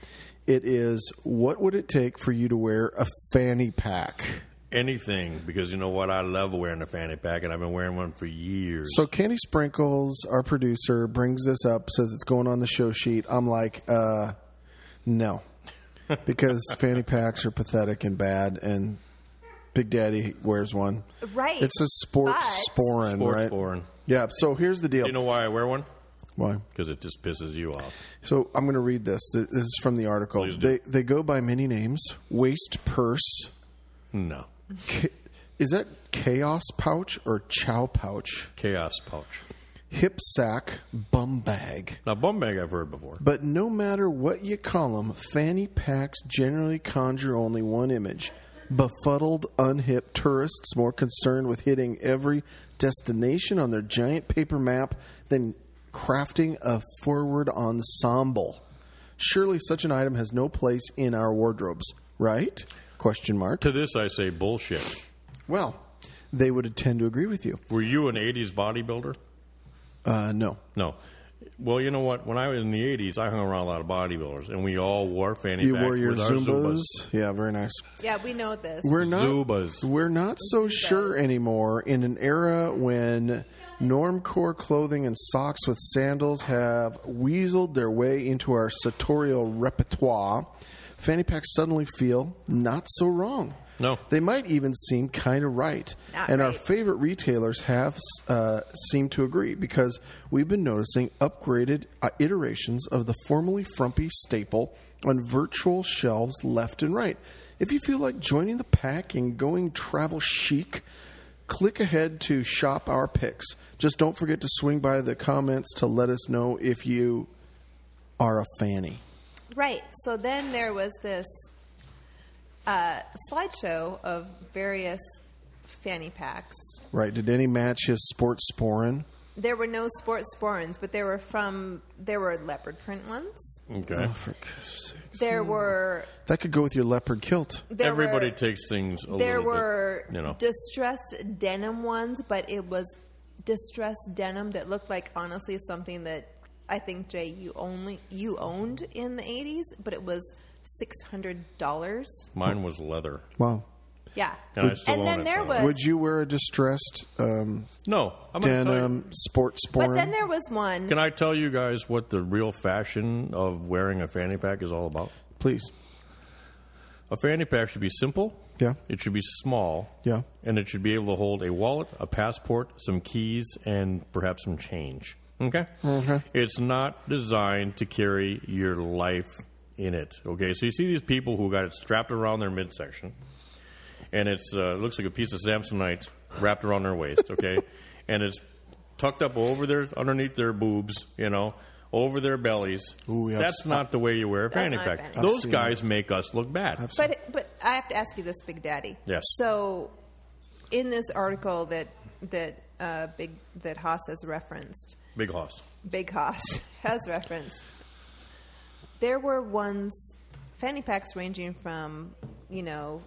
It is what would it take for you to wear a fanny pack? anything because you know what? I love wearing a fanny pack, and I've been wearing one for years. So Candy Sprinkles, our producer, brings this up, says it's going on the show sheet. I'm like, uh, no, because fanny packs are pathetic and bad, and Big Daddy wears one. Right. It's a sports But- sporin, Sports right? boring. Yeah. So here's the deal. You know why I wear one? Why? Because it just pisses you off. So I'm going to read this. Th- This is from the article. Please do. They they go by many names: waist purse. No Ca- is that chaos pouch or chow pouch? chaos pouch. Hip sack, bum bag. Now bum bag I've heard before. But no matter what you call them, fanny packs generally conjure only one image: befuddled, unhip tourists more concerned with hitting every destination on their giant paper map than crafting a forward ensemble. Surely such an item has no place in our wardrobes, right? Question mark. To this I say bullshit. Well, they would tend to agree with you. Were you an '80s bodybuilder? Uh, no. No. Well, you know what? When I was in the '80s, I hung around a lot of bodybuilders, and we all wore fanny You packs wore your with our Zubas. Zumbas. Yeah, very nice. Yeah, we know this. We're not Zubas. We're not so sure anymore in an era when normcore clothing and socks with sandals have weaseled their way into our sartorial repertoire. Fanny packs suddenly feel not so wrong. No. They might even seem kind of right. Not and our right. favorite retailers have uh, seemed to agree because we've been noticing upgraded uh, iterations of the formerly frumpy staple on virtual shelves left and right. If you feel like joining the pack and going travel chic, click ahead to shop our picks. Just don't forget to swing by the comments to let us know if you are a fanny. Right. So then there was this uh, slideshow of various fanny packs. Right. Did any match his sports sporin? There were no sports sporins, but there were from there were leopard print ones. Okay. Oh, There were That could go with your leopard kilt. there Everybody were, takes things a there little were bit, you know. distressed denim ones, but it was distressed denim that looked like honestly something that I think Jay you only you owned in the eighties, but it was six hundred dollars. Mine was leather. Wow. Yeah, And I still own then it, there by the way. was Would you wear a distressed um, No, I'm gonna tell you- denim sports sporin? but then there was one. Can I tell you guys what the real fashion of wearing a fanny pack is all about? Please. A fanny pack should be simple. Yeah. It should be small. Yeah. And it should be able to hold a wallet, a passport, some keys, and perhaps some change. Okay? Okay. It's not designed to carry your life in it. Okay? So you see these people who got it strapped around their midsection, and it's uh, looks like a piece of Samsonite wrapped around their waist, okay? and it's tucked up over their underneath their boobs, you know, over their bellies. Ooh, yeah. That's not the way you wear a That's fanny not a pack. fanny pack. Those seen guys make us look bad. But but I have to ask you this, Big Daddy. Yes. So, in this article that that uh, Big that Haas has referenced, Big hoss. Big Haas has referenced, there were ones fanny packs ranging from you know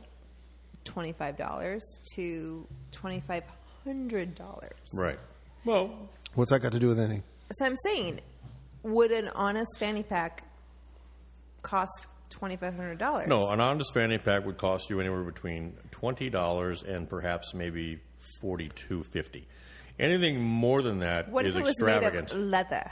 twenty five dollars to twenty five hundred dollars. Right. Well, What's that got to do with anything? So I'm saying, would an honest fanny pack cost twenty five hundred dollars? no, an honest fanny pack would cost you anywhere between twenty dollars and perhaps maybe forty-two fifty. Anything more than that is What if it was made extravagant. of leather?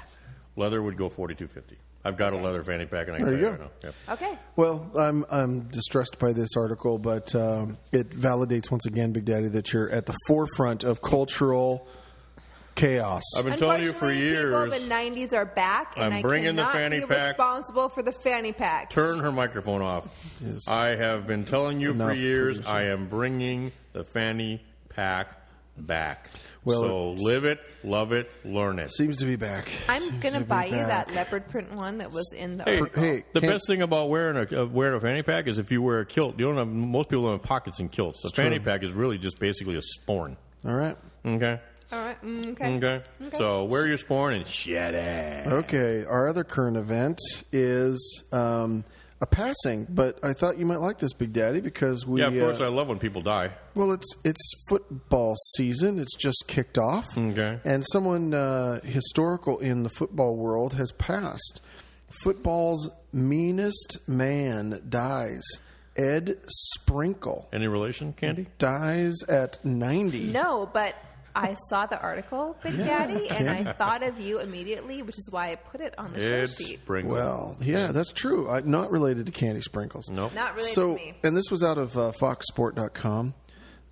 leather would go forty-two fifty. I've got a leather fanny pack, and I can There tell you you right go. now. Yep. Okay. Well, I'm I'm distressed by this article, but um, it validates once again, Big Daddy, that you're at the forefront of cultural chaos. I've been telling you for Unfortunately, years. People of the 90s are back, and I'm I'm bringing the I cannot fanny be pack. responsible for the fanny pack. Turn her microphone off. Yes. I have been telling you for Enough, years. producer. I am bringing the fanny pack back. Well, so it's- live it, love it, learn it. Seems to be back. I'm Seems going to be buy you back. that leopard print one that was in the Hey, article. hey. The Can't- best thing about wearing a uh, wearing a fanny pack is if you wear a kilt, you don't have most people don't have pockets in kilts. The fanny pack is really just basically a sporn. All right. Okay. All right. mm, Okay. Okay. So wear your sporn and shut it. Okay. Our other current event is um, a passing, but I thought you might like this, Big Daddy, because we. Yeah, of course. uh, I love when people die. Well, it's it's football season. It's just kicked off. Okay. And someone uh, historical in the football world has passed. Football's meanest man dies. Ed Sprinkle Any relation, Candy? dies at 90. No, but I saw the article, Big Daddy, and I thought of you immediately, which is why I put it on the show It's sheet. Sprinkle. Well, yeah, that's true. I, not related to Candy Sprinkles. Nope. Not related so, to me. and this was out of uh, foxsport.com.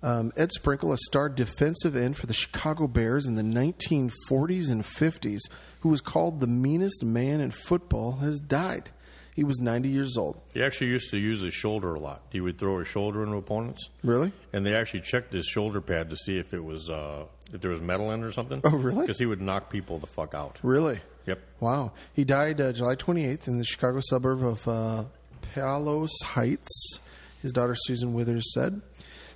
Um, Ed Sprinkle, a star defensive end for the Chicago Bears in the 1940s and 50s, who was called the meanest man in football, has died. He was 90 years old. He actually used to use his shoulder a lot. He would throw his shoulder into opponents, Really? and they actually checked his shoulder pad to see if it was uh, if there was metal in it or something. Oh, really? Because he would knock people the fuck out. Really? Yep. Wow. He died uh, July 28th in the Chicago suburb of uh, Palos Heights, his daughter Susan Withers said.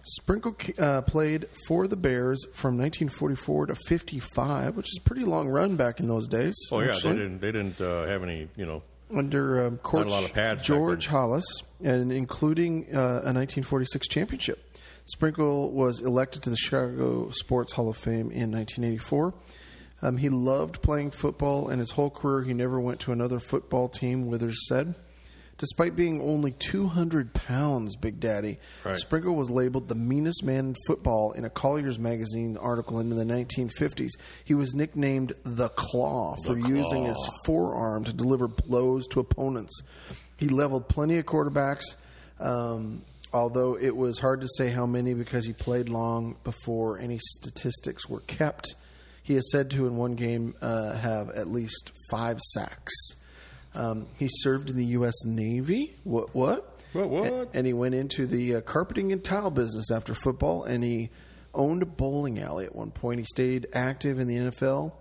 Sprinkle uh, played for the Bears from 1944 to 55, which is a pretty long run back in those days. Oh yeah, actually. they didn't they didn't uh, have any you know Under um, coach a lot of pads back George then. Hollis, and including uh, a 1946 championship. Sprinkle was elected to the Chicago Sports Hall of Fame in 1984. Um, he loved playing football, and his whole career he never went to another football team, Withers said. Despite being only 200 pounds, Big Daddy, Right. Sprinkle was labeled the meanest man in football in a Collier's magazine article in the 1950s. He was nicknamed the Claw for using his forearm to deliver blows to opponents. He leveled plenty of quarterbacks, um, although it was hard to say how many because he played long before any statistics were kept. He is said to, in one game, uh, have at least five sacks. Um, he served in the U.S. Navy. What? What? What, what? A- and he went into the uh, carpeting and tile business after football, and he owned a bowling alley at one point. He stayed active in the NFL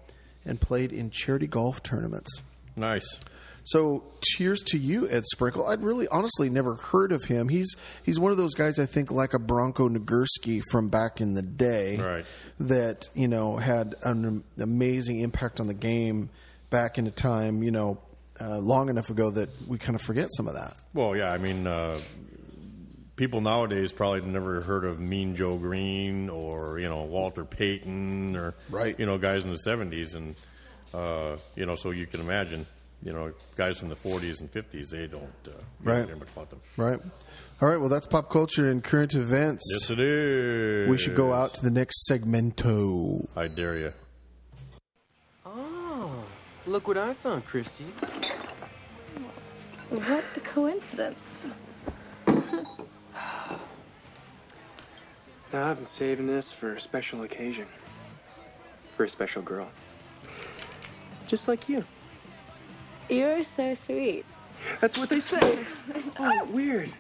and played in charity golf tournaments. nice. So cheers to you, Ed Sprinkle. I'd really honestly never heard of him. He's he's one of those guys I think like a Bronco Nagurski from back in the day, Right. That you know had an am- amazing impact on the game back in a time you know uh, long enough ago that we kind of forget some of that. Well, yeah, I mean, uh, people nowadays probably never heard of Mean Joe Green or you know Walter Payton or Right. you know guys in the '70s, and uh, you know, so you can imagine, you know, guys from the '40s and '50s, they don't uh, you Right. don't hear much about them. Right. All right. Well, that's pop culture and current events. Yes, it is. we should go out to the next segmento. I dare you. Oh, look what I found, Christy. What a coincidence. Now, I've been saving this for a special occasion. For a special girl. Just like you. You're so sweet. That's what they say. Oh, weird.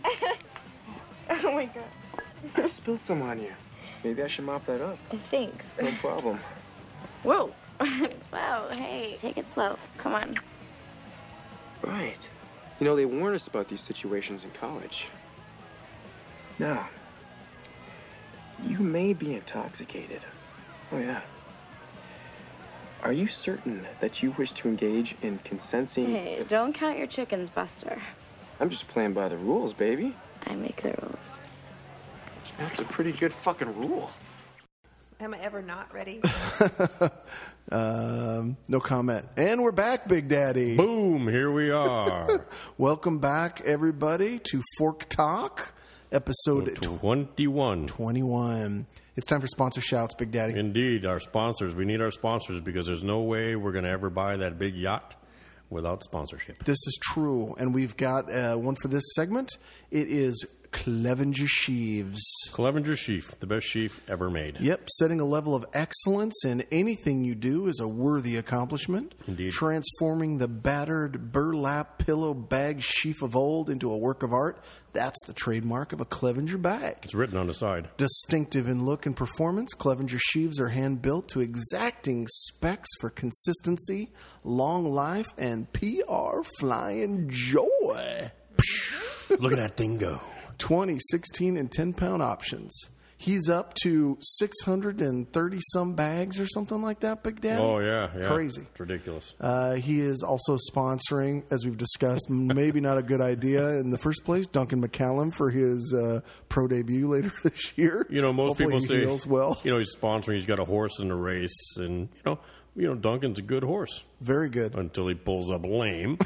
Oh my god. I spilled some on you. Maybe I should mop that up. Thanks. No problem. Whoa. wow, hey. Take it slow. Come on. Right. You know, they warn us about these situations in college. Now, you may be intoxicated. Oh, yeah. Are you certain that you wish to engage in consenting? Hey, don't count your chickens, Buster. I'm just playing by the rules, baby. I make the rules. That's a pretty good fucking rule. Am I ever not ready? Um, no comment. And we're back, Big Daddy. Boom! Here we are. Welcome back, everybody, to Fork Talk, episode tw- Twenty-one. 21. It's time for sponsor shouts, Big Daddy. Indeed, our sponsors. We need our sponsors because there's no way we're going to ever buy that big yacht without sponsorship. This is true, and we've got uh, one for this segment. It is Clevenger Sheaves. Clevenger Sheaf, the best sheaf ever made. Yep, setting a level of excellence in anything you do is a worthy accomplishment. Indeed. Transforming the battered burlap pillow bag sheaf of old into a work of art, that's the trademark of a Clevenger bag. It's written on the side. Distinctive in look and performance, Clevenger sheaves are hand built to exacting specs for consistency, long life, and PR flying joy. Look at that thing go. 20, 16, and 10 pound options. He's up to 630 some bags or something like that, Big Daddy. Oh yeah, yeah. Crazy. It's ridiculous. Uh, he is also sponsoring, as we've discussed, maybe not a good idea in the first place, Duncan McCallum for his uh, pro debut later this year. You know, most Hopefully people he say heals well. You know, he's sponsoring. He's got a horse in the race, and you know, you know, Duncan's a good horse Very good. until he pulls up lame.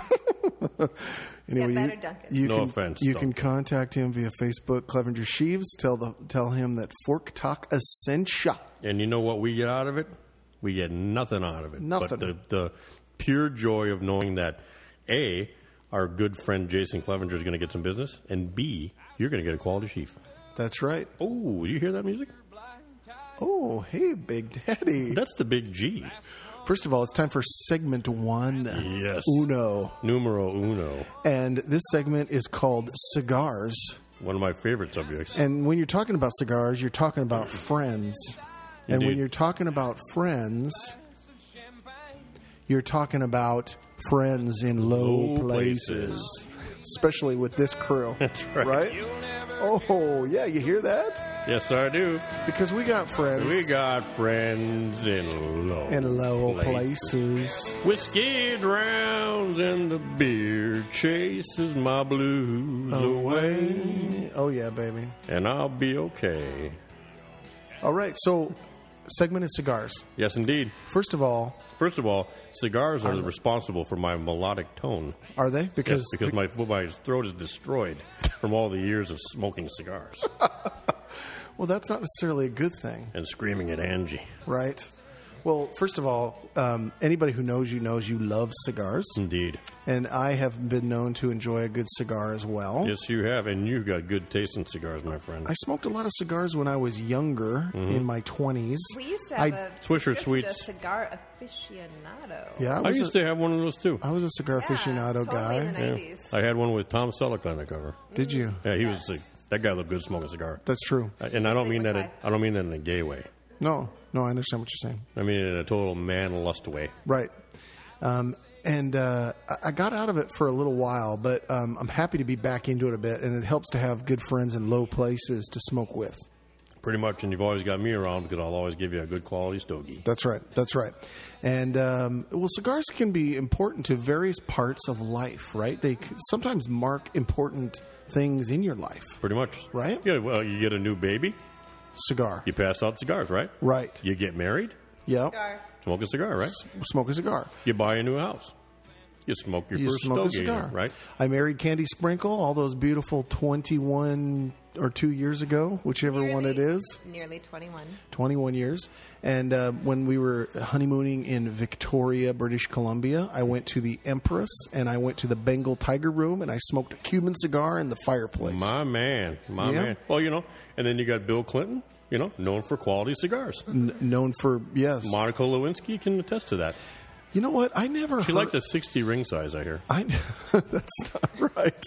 Anyway, Get better, you, Duncan. you No can, offense, You Duncan. can contact him via Facebook, Clevenger Sheaves. Tell the tell him that Fork Talk Essentia. and you know what we get out of it? We get nothing out of it. Nothing. But the, the pure joy of knowing that a our good friend Jason Clevenger is going to get some business, and b you're going to get a quality sheaf. That's right. Oh, you hear that music? Oh, hey, Big Daddy. That's the big G. First of all, it's time for segment one. Yes. Uno. Numero uno. And this segment is called Cigars. One of my favorite subjects. And when you're talking about cigars, you're talking about friends. And when Indeed. you're talking about friends, you're talking about friends in low, Low places. places. Especially with this crew. That's right. Oh, yeah, you hear that? yes, I do. Because we got friends We got friends in low in low places. Whiskey drowns and the beer chases my blues away, Oh, yeah, baby. and I'll be okay. All right, so segment is cigars. Yes, indeed. First of all, First of all, cigars are responsible for my melodic tone. are they? Because, Yes, because my my throat is destroyed from all the years of smoking cigars well, that's not necessarily a good thing, and screaming at Angie. right? Well, first of all, um, anybody who knows you knows you love cigars, Indeed. and I have been known to enjoy a good cigar as well. Yes, you have, and you've got good taste in cigars, my friend. I smoked a lot of cigars when I was younger, in my twenties. We used to have I- a Mm-hmm. Swisher just Sweets. a cigar aficionado. yeah, I I was, used a, to have one of those too. I was a cigar Yeah, aficionado totally guy. in the Yeah. 90s. I had one with Tom Selleck on the cover. Did you? Yeah, he was a, that guy looked good smoking a cigar. That's true. Uh, and I don't mean that. In, Signified. I don't mean that in a gay way. No, no, I understand what you're saying. I mean it in a total man lust way. Right. Um, and uh, I- I got out of it for a little while, but um, I'm happy to be back into it a bit, and it helps to have good friends in low places to smoke with. Pretty much, and you've always got me around because I'll always give you a good quality stogie. That's right. That's right. And um, well, cigars can be important to various parts of life, right? They c- sometimes mark important things in your life. Pretty much. Right? Yeah, well, you get a new baby. Cigar. You pass out cigars, right? Right. You get married. Yep. Smoke a cigar, right? Smoke a cigar. You buy a new house. You smoke your You first smoke a stogie, cigar. right? I married Candy Sprinkle all those beautiful 21 or 2 years ago, whichever one it is. Nearly 21. 21 years. And uh, when we were honeymooning in Victoria, British Columbia, I went to the Empress and I went to the Bengal Tiger Room and I smoked a Cuban cigar in the fireplace. My man, my Yeah. man. Well, you know, and then you got Bill Clinton, you know, known for quality cigars. N- known for, yes. Monica Lewinsky can attest to that. You know what? I never She heard- liked a 60 ring size, I hear. I, that's not right.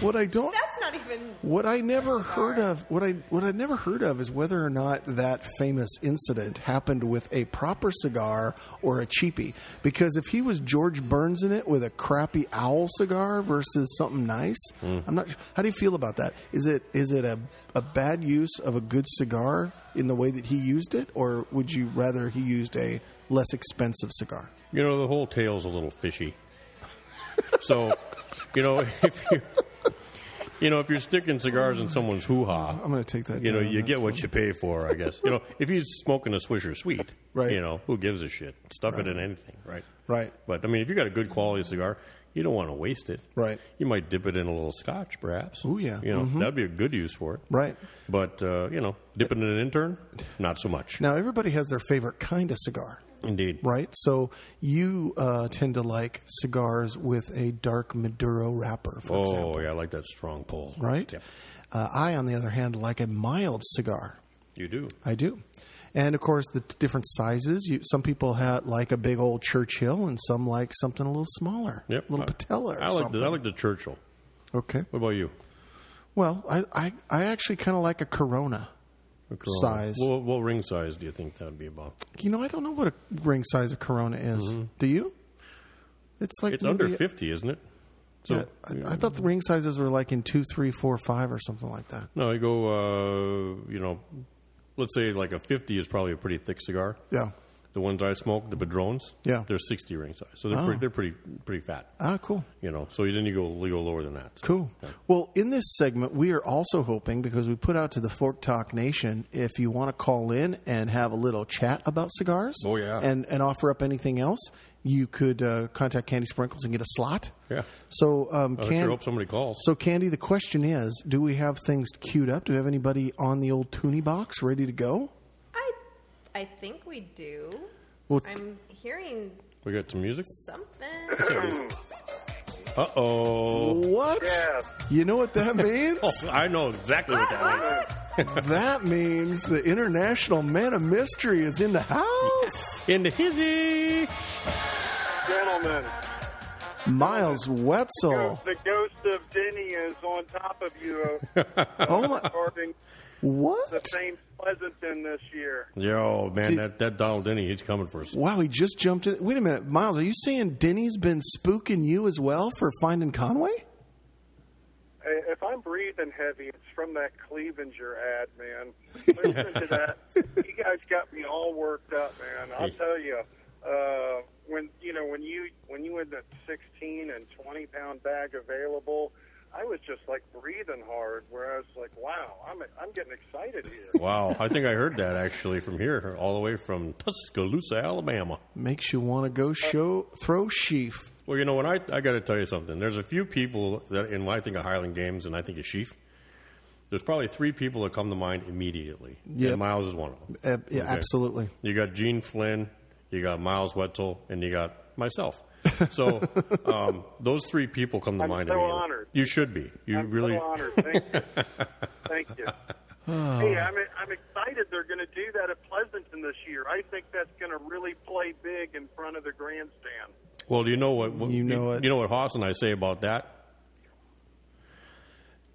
What I don't. That's not even. What I never heard of, what I what I never heard of, is whether or not that famous incident happened with a proper cigar or a cheapie. Because if he was George Burns in it with a crappy owl cigar versus something nice, I'm not. How do you feel about that? Is it is it a a bad use of a good cigar in the way that he used it, or would you rather he used a less expensive cigar? You know, the whole tale's a little fishy. so, you know, if you, you know, if you're sticking cigars in someone's hoo ha, I'm going to take that. you know, down. you That's get what you pay for, I guess. You know, if he's smoking a Swisher Sweet, Right. You know, who gives a shit? Stuff Right. it in anything, right? Right. But I mean, if you got a good quality cigar, you don't want to waste it, Right. You might dip it in a little Scotch, perhaps. Ooh, yeah. You know, Mhm. that'd be a good use for it, Right. But uh, you know, dipping in an intern, not so much. Now everybody has their favorite kind of cigar. Indeed. right? So you uh, tend to like cigars with a dark Maduro wrapper, for oh, example, yeah, I like that strong pull. right? Yeah. Uh, I, on the other hand, like a mild cigar. You do. I do. And of course, the t- different sizes. You, some people ha like a big old Churchill, and some like something a little smaller, Yep. a little I- Patella. Or I like the, something. I like the Churchill. Okay. What about you? Well, I I, I actually kind of like a Corona. The Corona. Size. What, what ring size do you think that would be about? You know, I don't know what a ring size of Corona is. Mm-hmm. Do you? It's like It's under maybe- fifty, isn't it? So yeah, I, I thought the ring sizes were like in two, three, four, five, or something like that. No, you go. Uh, you know, let's say like a fifty is probably a pretty thick cigar. Yeah. The ones I smoke, the Padrones. Yeah. They're sixty ring size, so they're Oh. pretty, they're pretty pretty fat. Ah, cool. You know, so then you go you go lower than that. So, Cool. Well, in this segment, we are also hoping because we put out to the Fork Talk Nation if you want to call in and have a little chat about cigars. Oh, yeah. And, and offer up anything else, you could uh, contact Candy Sprinkles and get a slot. Yeah. So, um, Oh, I Can- sure hope somebody calls. So, Candy, the question is do we have things queued up? Do we have anybody on the old Toonie box ready to go? I, I think we do. Well- I'm hearing we got some music. something. Uh oh. What? You know what that means? I know exactly what that that means the international man of mystery is in the house. means. In the hizzy. Gentlemen, Miles Wetzel. the ghost of Denny is on top of you. Oh my, According what? to St. Pleasanton this year. Yo, man, that, that Donald Denny, he's coming for us. Wow, he just jumped in. Wait a minute, Miles, are you saying Denny's been spooking you as well for finding Conway? Hey, If I'm breathing heavy, it's from that Clevenger ad, man. Listen to that. You guys got me all worked up, man. I'll tell you. Uh, when you know when you when you had that 16 and 20 pound bag available, I was just like breathing hard. Where I was like, wow, I'm I'm getting excited here. Wow, I think I heard that actually from here, all the way from Tuscaloosa, Alabama. Makes you want to go show throw sheaf. Well, you know what? I, I got to tell you something. There's a few people that, in my think of Highland Games and I think of Sheaf, there's probably three people that come to mind immediately. Yep. Yeah. Miles is one of them. Uh, yeah, Okay. absolutely. You got Gene Flynn, you got Miles Wetzel, and you got myself. So um, those three people come to I'm mind so immediately. honored. You should be. You I'm really. so honored. Thank you. Thank you. Hey, I'm, I'm excited they're going to do that at Pleasanton this year. I think that's going to really play big in front of the grandstand. Well, do you know what, what You know it. You know what Haas and I say about that?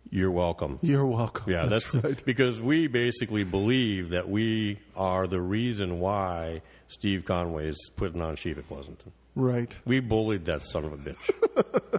You're welcome. You're welcome. Yeah, that's, right. because we basically believe that we are the reason why Steve Conway is putting on Sheaf at Pleasanton. Right. We bullied that son of a bitch.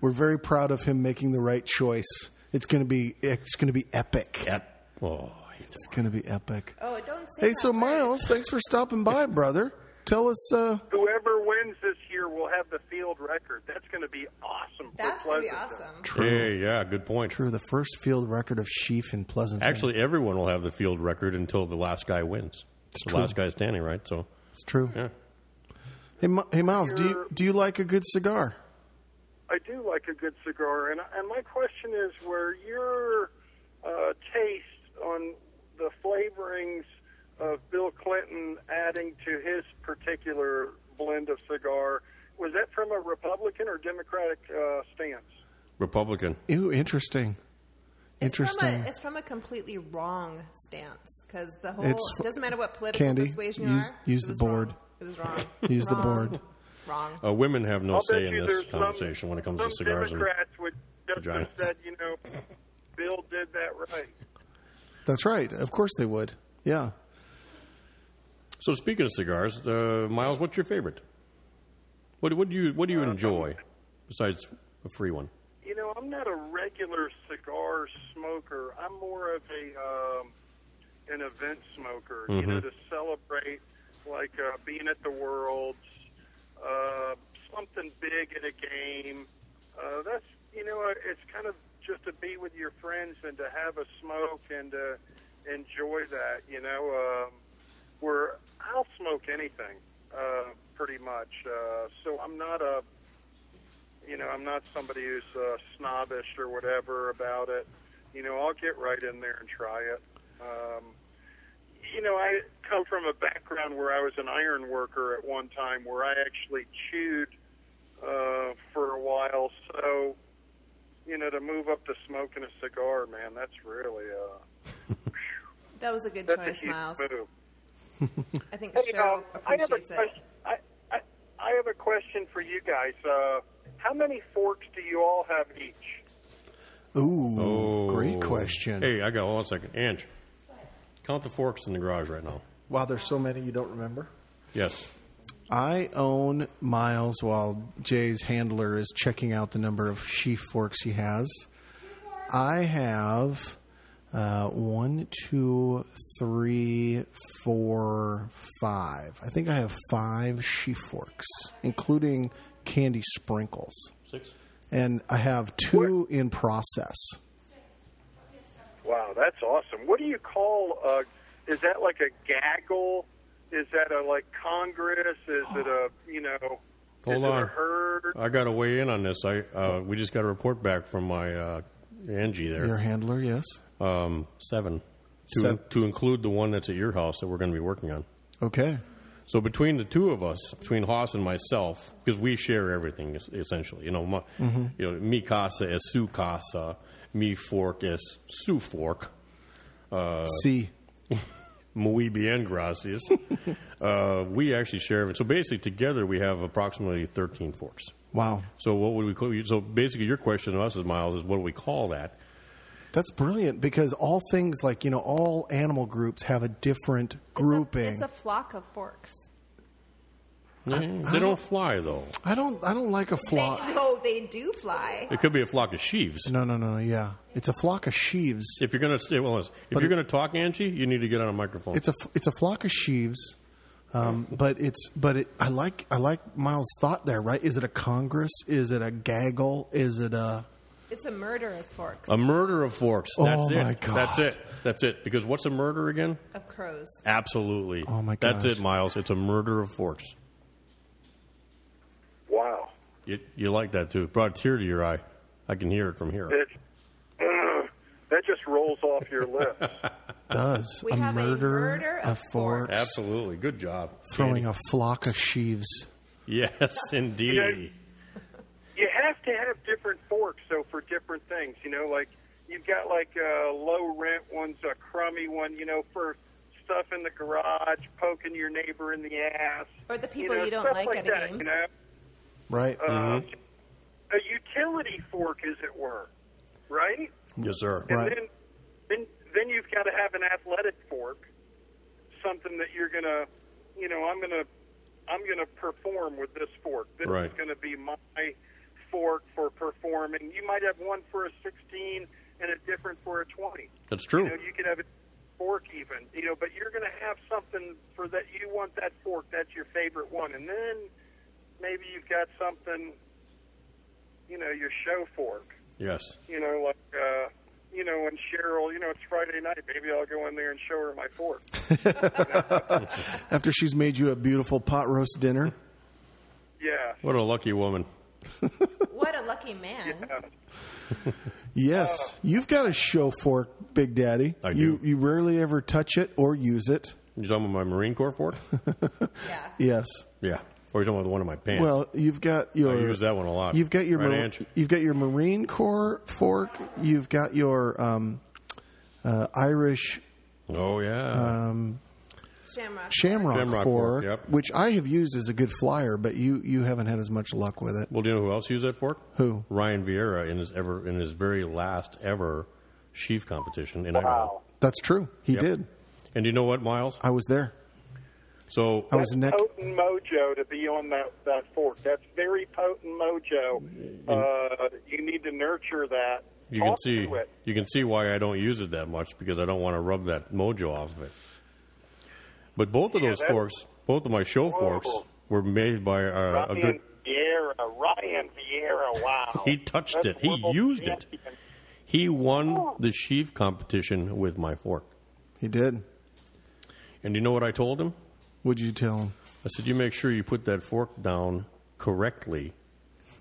We're very proud of him making the right choice. It's going to be it's going to be epic. Ep- oh, it's going to be epic. Oh, don't say Hey, so Miles, thanks for stopping by, brother. Tell us uh, Whoever wins this year will have the field record. That's going to be awesome. That's going to be awesome. Yeah, yeah, good point. True, the first field record of Sheaf in Pleasant. Actually, everyone will have the field record until the last guy wins. It's the true. last guy standing, right? So, it's true. yeah. Hey, Mi- hey, Miles, do you do you like a good cigar? I do like a good cigar, and and my question is where your uh, taste on the flavorings of Bill Clinton adding to his particular blend of cigar was that from a Republican or Democratic uh, stance? Republican. Ew, interesting. From Interesting. a, it's from a completely wrong stance because the whole It's- it doesn't matter what political Candy, persuasion you use- are. use it the was board. wrong. It was wrong. Use the Wrong. board. Wrong. Uh, women have no I'll say bet in you this there's some- conversation when it comes to some cigars. and- Democrats would just vaginas. have said, you know, Bill did that right. That's right. Of course they would. Yeah. So, speaking of cigars, uh, Miles, what's your favorite? What, what do you What do Uh, you enjoy besides a free one? You know, I'm not a regular cigar smoker. I'm more of a um, an event smoker. You know, Mhm. to celebrate like uh, being at the Worlds, uh, something big at a game. Uh, that's you know, uh, it's kind of just to be with your friends and to have a smoke and to enjoy that. You know, um, where I'll smoke anything, uh, pretty much. Uh, so I'm not a you know, I'm not somebody who's uh, snobbish or whatever about it. You know, I'll get right in there and try it. Um, you know, I come from a background where I was an iron worker at one time, where I actually chewed uh, for a while. So, you know, to move up to smoking a cigar, man, that's really uh, That was a good that's a choice, huge Miles. move. I think Hey, Cheryl um, I have a appreciates it. question. I, I, I have a question for you guys. Uh, how many forks do you all have each? Ooh, Oh, great question. Hey, I got one second. Ange, count the forks in the garage right now. Wow, there's so many you don't remember. Yes. I own Miles while Jay's handler is checking out the number of sheaf forks he has. I have uh, one, two, three, four, five. I think I have five sheaf forks, including candy sprinkles. Six. And I have two in process. Wow, that's awesome. What do you call? Uh, is that like a gaggle? Is that a like Congress? Is it a you know? Hold is It on. a herd? I got to weigh in on this. I uh, we just got a report back from my uh, Angie Your there. handler, yes. Um, seven to Seven. to include the one that's at your house that we're going to be working on. Okay. So between the two of us, between Haas and myself, because we share everything es- essentially. You know, my, Mhm. you know, mi casa es su casa, mi fork es su fork. Uh, See. Muy bien, gracias. uh, we actually share it. So basically, together we have approximately thirteen forks. Wow. So what would we call? So basically, your question to us is Miles is what do we call that? That's brilliant because all things like, you know, all animal groups have a different grouping. It's a flock of forks. they don't fly though. I don't. I don't like a flock. They, no, they do fly. It could be a flock of sheaves. No, no, no. Yeah, it's a flock of sheaves. If you're gonna stay, well, listen, if But you're it- gonna talk, Angie, you need to get on a microphone. It's a it's a flock of sheaves. Um, but it's but it, I like I like Miles' thought there. Right? Is it a congress? Is it a gaggle? Is it a It's a murder of forks A murder of forks. Oh, That's it. my God. That's it. That's it. Because what's a murder again? of crows. Absolutely. Oh, my That's gosh. it, Miles. It's a murder of forks. Wow. You, you like that too? It brought a tear to your eye. I can hear it from Oh, here. It, that just rolls off your lips. does We a have a murder, murder of forks Absolutely. Good job. throwing Andy. a flock of sheaves? Yes, indeed. you have to have different forks though for different things you know like you've got like a low rent one's a crummy one you know for stuff in the garage poking your neighbor in the ass Or the people know, you don't stuff like like at a that, game. you know Right? uh, Mm-hmm. a utility fork as it were right Yes, sir. and Right. then then then you've got to have an athletic fork something that you're gonna you know i'm gonna I'm going to perform with this fork. This Right. is going to be my fork for performing. You might have one for a 16 and a different for a 20. That's true. You know, you could have a fork even, you know, but you're going to have something for that. You want that fork. That's your favorite one. And then maybe you've got something, you know, your show fork Yes. you know, like, uh, you know, when Cheryl, you know, it's Friday night. Maybe I'll go in there and show her my fork. After she's made you a beautiful pot roast dinner. Yeah. What a lucky woman. What a lucky man. Yes, you've got a show fork, Big Daddy. I do. You, you rarely ever touch it or use it. You talking about my Marine Corps fork? Yes. yeah. Or you talking about the one in my pants? Well, you've got your. I use that one a lot. You've got your right, mar- Ange? you've got your Marine Corps fork. You've got your um, uh, Irish. Oh yeah. Um, Shamrock. Shamrock, Shamrock fork, fork, yep. which I have used as a good flyer, but you you haven't had as much luck with it. Well, do you know who else used that fork? Who? Ryan Vieira in his ever in his very last ever sheaf competition in Idaho. That's true. He Yep. did. And do you know what, Miles? I was there. So I was neck. Potent mojo to be on that, that fork. That's very potent mojo. Uh, you need to nurture that. Mm-hmm. you can Talk see to it. you can see why I don't use it that much because I don't want to rub that mojo off of it. But both of Yeah, those that's- forks, both of my show forks, were made by uh, a Ryan good. Vieira. Ryan Vieira. Wow. He touched That's it. He world used it. champion. He won the sheaf competition with my fork. He did. And you know what I told him? Would you tell him? I said, "You make sure you put that fork down correctly,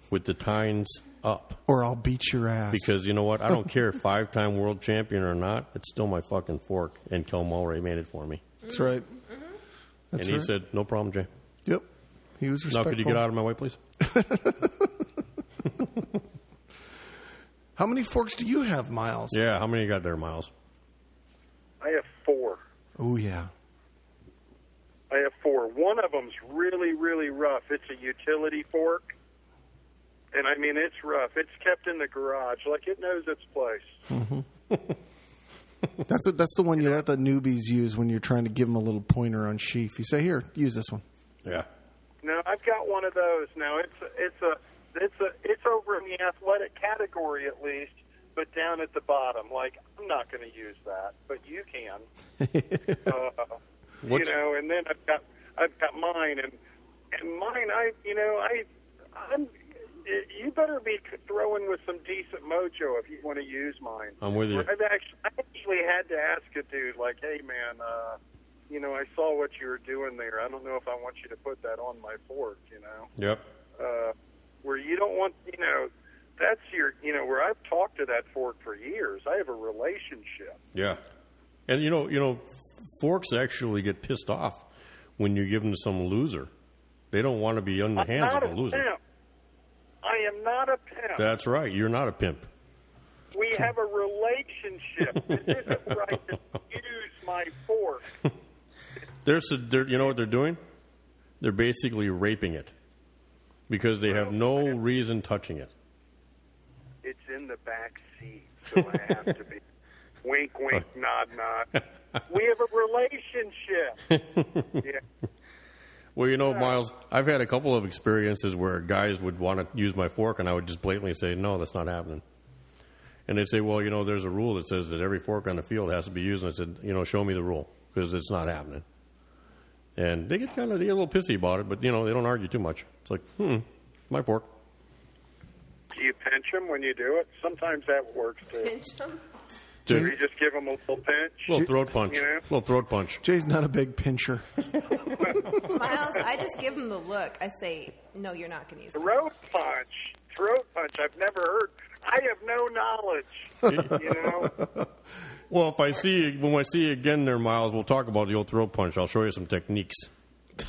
with the tines up." Or I'll beat your ass. Because you know what? I don't care five time world champion or not. It's still my fucking fork. And Kel Mulray made it for me. Mm-hmm. that's right. That's and he right. said, no problem, Jay. Yep. He was Now, respectful. could you get out of my way, please? How many forks do you have, Miles? Yeah, how many you got there, Miles? I have four. Oh yeah. I have four. One of them's really, really rough. It's a utility fork, and I mean it's rough. It's kept in the garage, like it knows its place. Mm-hmm. That's what, that's the one you let the newbies use when you're trying to give them a little pointer on sheaf. You say, "Here, use this one." Yeah. No, I've got one of those now. It's it's a it's a it's over in the athletic category at least, but down at the bottom. Like I'm not going to use that, but you can. uh, you What's- know, and then I've got I've got mine, and and mine. I you know I I'm. y- You better be throwing with some decent mojo if you want to use mine. I'm with you. I've actually, I actually had to ask a dude, like, hey, man, uh, you know, I saw what you were doing there. I don't know if I want you to put that on my fork, you know, Yep. uh, where you don't want, you know, that's your, you know, where I've talked to that fork for years. I have a relationship. Yeah. And you know, you know, forks actually get pissed off when you give them to some loser. They don't want to be in the hands not of a loser. pimp. I am not a pimp. That's right. You're not a pimp. we have a relationship. it isn't right to use my fork. They're, sed- they're, you know what they're doing? They're basically raping it because they have no reason touching it. It's in the back seat, so I have to be. Wink, wink, nod, nod. We have a relationship. Yeah. Well, you know, Miles, I've had a couple of experiences where guys would want to use my fork, and I would just blatantly say, "No, that's not happening." And they say, "Well, you know, there's a rule that says that every fork on the field has to be used." And I said, "You know, show me the rule because it's not happening." And they get kind of they get a little pissy about it, but you know, they don't argue too much. It's like, "Hmm, my fork." Do you pinch them when you do it? Sometimes that works too. Do Dude, you just give them a little pinch? little throat punch, You know? little throat punch. Jay's not a big pincher. Miles, I just give him the look. I say, no, you're not going to use it. Throat punch. Throat punch. I've never heard. I have no knowledge. you know? Well, if I see you, when I see you again there, Miles, we'll talk about the old throat punch. I'll show you some techniques.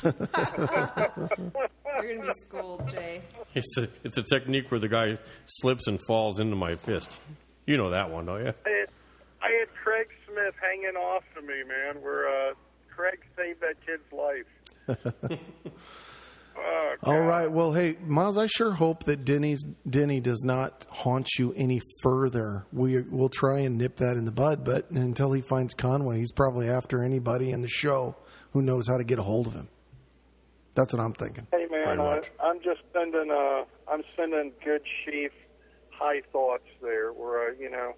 You're going to be schooled, Jay. It's a, it's a technique where the guy slips and falls into my fist. You know that one, don't you? I had, I had Craig Smith hanging off to me, man, where uh, Craig saved that kid's life. Oh, All right. Well, hey, Miles, I sure hope that Denny's Denny does not haunt you any further. We will try and nip that in the bud, but until he finds Conway, he's probably after anybody in the show who knows how to get a hold of him. That's what I'm thinking. Hey man, I, I'm just sending uh, I'm sending good chief high thoughts there. Where uh, you know,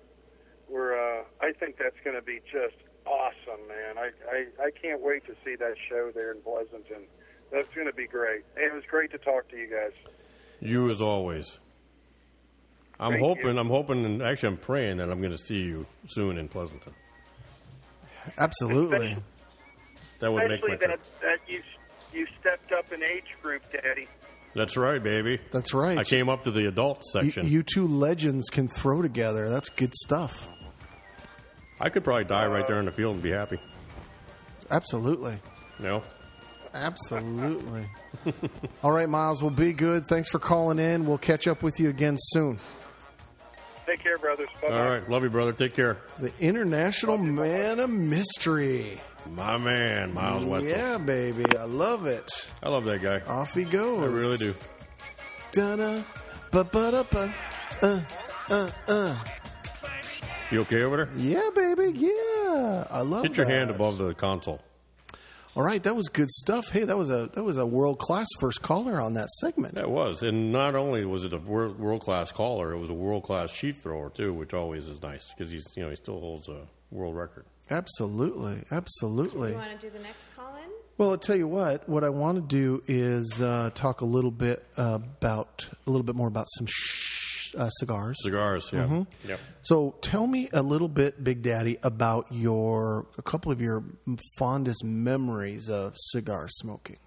where uh, I think that's going to be just awesome, man. I, I I can't wait to see that show there in Pleasanton. That's going to be great. Hey, it was great to talk to you guys. You as always. I'm Thank hoping, I'm hoping, and actually, I'm praying that I'm going to see you soon in Pleasanton. Absolutely. That would make my Especially trip. that that you you stepped up in age group, Daddy. That's right, baby. That's right. I came up to the adult You, section. you two legends can throw together. That's good stuff. I could probably die right there in the Uh, field and be happy. Absolutely. No, Absolutely. All right, Miles. Well, be good. Thanks for calling in. We'll catch up with you again soon. Take care, brothers. Bye. All right, love you, brother. Take care, The International Man of Mystery. my man, Miles Wetzel. Yeah, baby. I love it. I love that guy. Off he goes. I really do. Da-da, ba-ba-da-ba, uh, uh, uh. You okay over there? Yeah, baby. Yeah. I love Get your that. hand above the console. All right, that was good stuff. Hey, that was a that was a world class first caller on that segment. That was, and not only was it a world class caller, it was a world class sheet thrower too, which always is nice because he's you know he still holds a world record. Absolutely, absolutely. You want to do the next call in? Well, I'll tell you what. What I want to do is uh, talk a little bit about a little bit more about some sh- uh, cigars. Cigars, yeah, Mhm. yep. So, tell me a little bit, Big Daddy, about your a couple of your fondest memories of cigar smoking.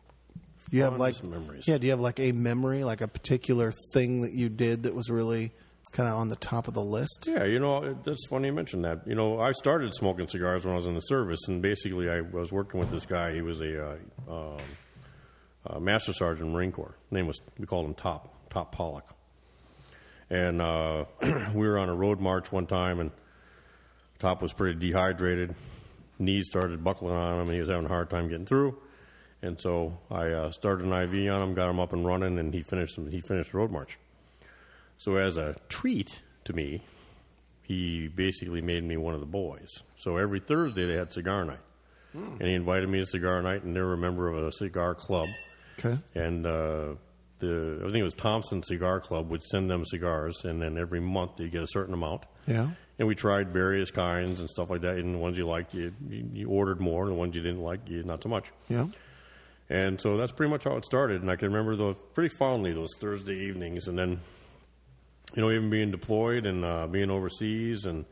Do you have like memories? Yeah. Do you have like a memory, like a particular thing that you did that was really kind of on the top of the list? Yeah, you know, it- that's funny you mentioned that. You know, I started smoking cigars when I was in the service, and basically I was working with this guy. He was a, uh, um, uh master sergeant in Marine Corps. His name was, we called him Top, Top Pollock. And uh, we were on a road march one time, and Top was pretty dehydrated. Knees started buckling on him, and he was having a hard time getting through. And so I uh, started an IV on him, got him up and running, and he finished, he finished the road march. So as a treat to me, he basically made me one of the boys. So every Thursday they had cigar night, and he invited me to cigar night, and they were a member of a cigar club. Okay. And uh, the I think it was Thompson Cigar Club would send them cigars, and then every month they get a certain amount. Yeah. And we tried various kinds and stuff like that. And the ones you liked, you, you, you ordered more. And the ones you didn't like, you not so much. Yeah. And so that's pretty much how it started. And I can remember those pretty fondly those Thursday evenings. And then, you know, even being deployed and uh, being overseas, and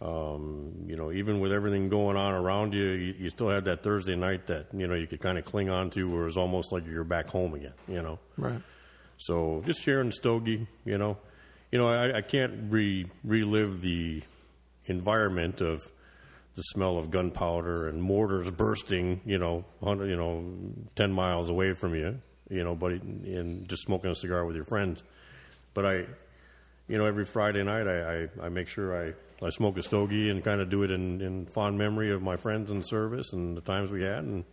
um, you know, even with everything going on around you, you, you still had that Thursday night that you know you could kind of cling on to, where it was almost like you're back home again. You know. Right. So just sharing stogie, you know, you know, I, I can't re- relive the environment of the smell of gunpowder and mortars bursting, you know, hundred, you know, ten miles away from you, you know, but it, and just smoking a cigar with your friends. But I, you know, every Friday night I, I, I make sure I, I smoke a stogie and kind of do it in, in fond memory of my friends in service and the times we had and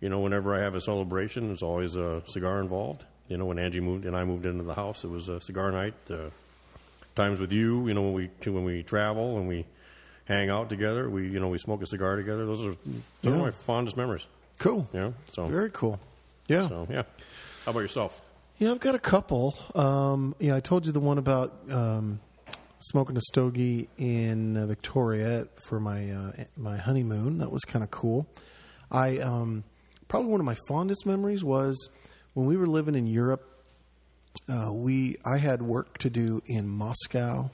you know, whenever I have a celebration, there's always a cigar involved. You know, when Angie moved and I moved into the house, it was a cigar night. Uh, times with you, you know, when we when we travel and we hang out together, we you know we smoke a cigar together. Those are some Yeah. of my fondest memories. Cool. Yeah. So Very cool. Yeah. So yeah. How about yourself? Yeah, I've got a couple. Um, you know, I told you the one about um, smoking a stogie in uh, Victoria for my uh, my honeymoon. That was kind of cool. I um, probably one of my fondest memories was when we were living in Europe. Uh, we I had work to do in Moscow,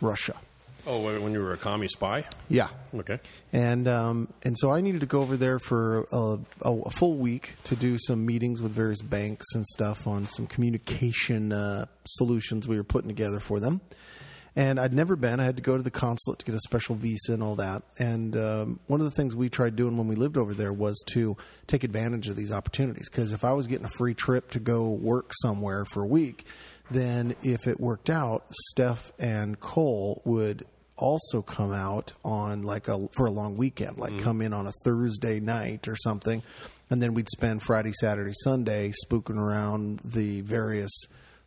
Russia. Oh, wait, when you were a commie spy. Yeah. Okay. And um, and so I needed to go over there for a, a, a full week to do some meetings with various banks and stuff on some communication uh, solutions we were putting together for them. And I'd never been. I had to go to the consulate to get a special visa and all that. And um, one of the things we tried doing when we lived over there was to take advantage of these opportunities. Because if I was getting a free trip to go work somewhere for a week, then if it worked out, Steph and Cole would also come out on like a for a long weekend, like come in on a Thursday night or something, and then we'd spend Friday, Saturday, Sunday spooking around the various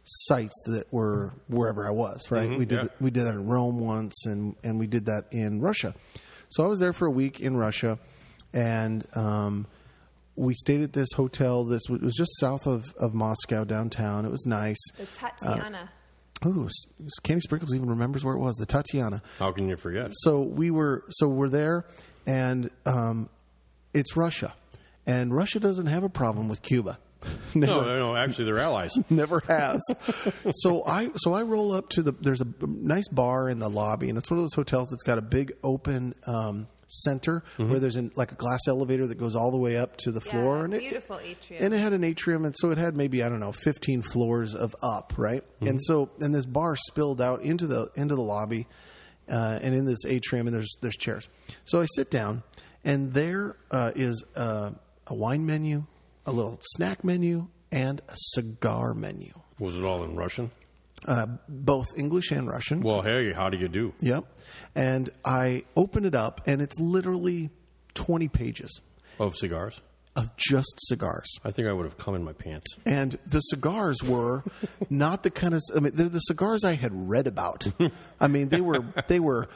sites that were wherever I was. Right, Mhm, we did yeah. we did that in Rome once, and and we did that in Russia. So I was there for a week in Russia, and um, we stayed at this hotel. This it was just south of, of Moscow downtown. It was nice. The Tatiana. Uh, ooh, s- s- Candy Sprinkles even remembers where it was. The Tatiana. How can you forget? So we were so we're there, and um, it's Russia, and Russia doesn't have a problem with Cuba. No, uh, no, no, actually, they're allies. never has. so I so I roll up to the there's a nice bar in the lobby, and it's one of those hotels that's got a big open um, center where Mm-hmm. there's an, like a glass elevator that goes all the way up to the floor, and it, beautiful atrium. and it had an atrium, and so it had maybe I don't know, fifteen floors of up, right? Mm-hmm. And so, and this bar spilled out into the into the lobby, uh, and in this atrium, and there's there's chairs. So I sit down, and there uh, is a, a wine menu, a little snack menu, and a cigar menu, Was it all in Russian? uh, both English and Russian. Well, hey, how do you do? Yep. And I open it up, and it's literally twenty pages Of cigars? of just cigars. I think I would have come in my pants. And the cigars were not the kind of. I mean, they're the cigars I had read about. I mean, they were they were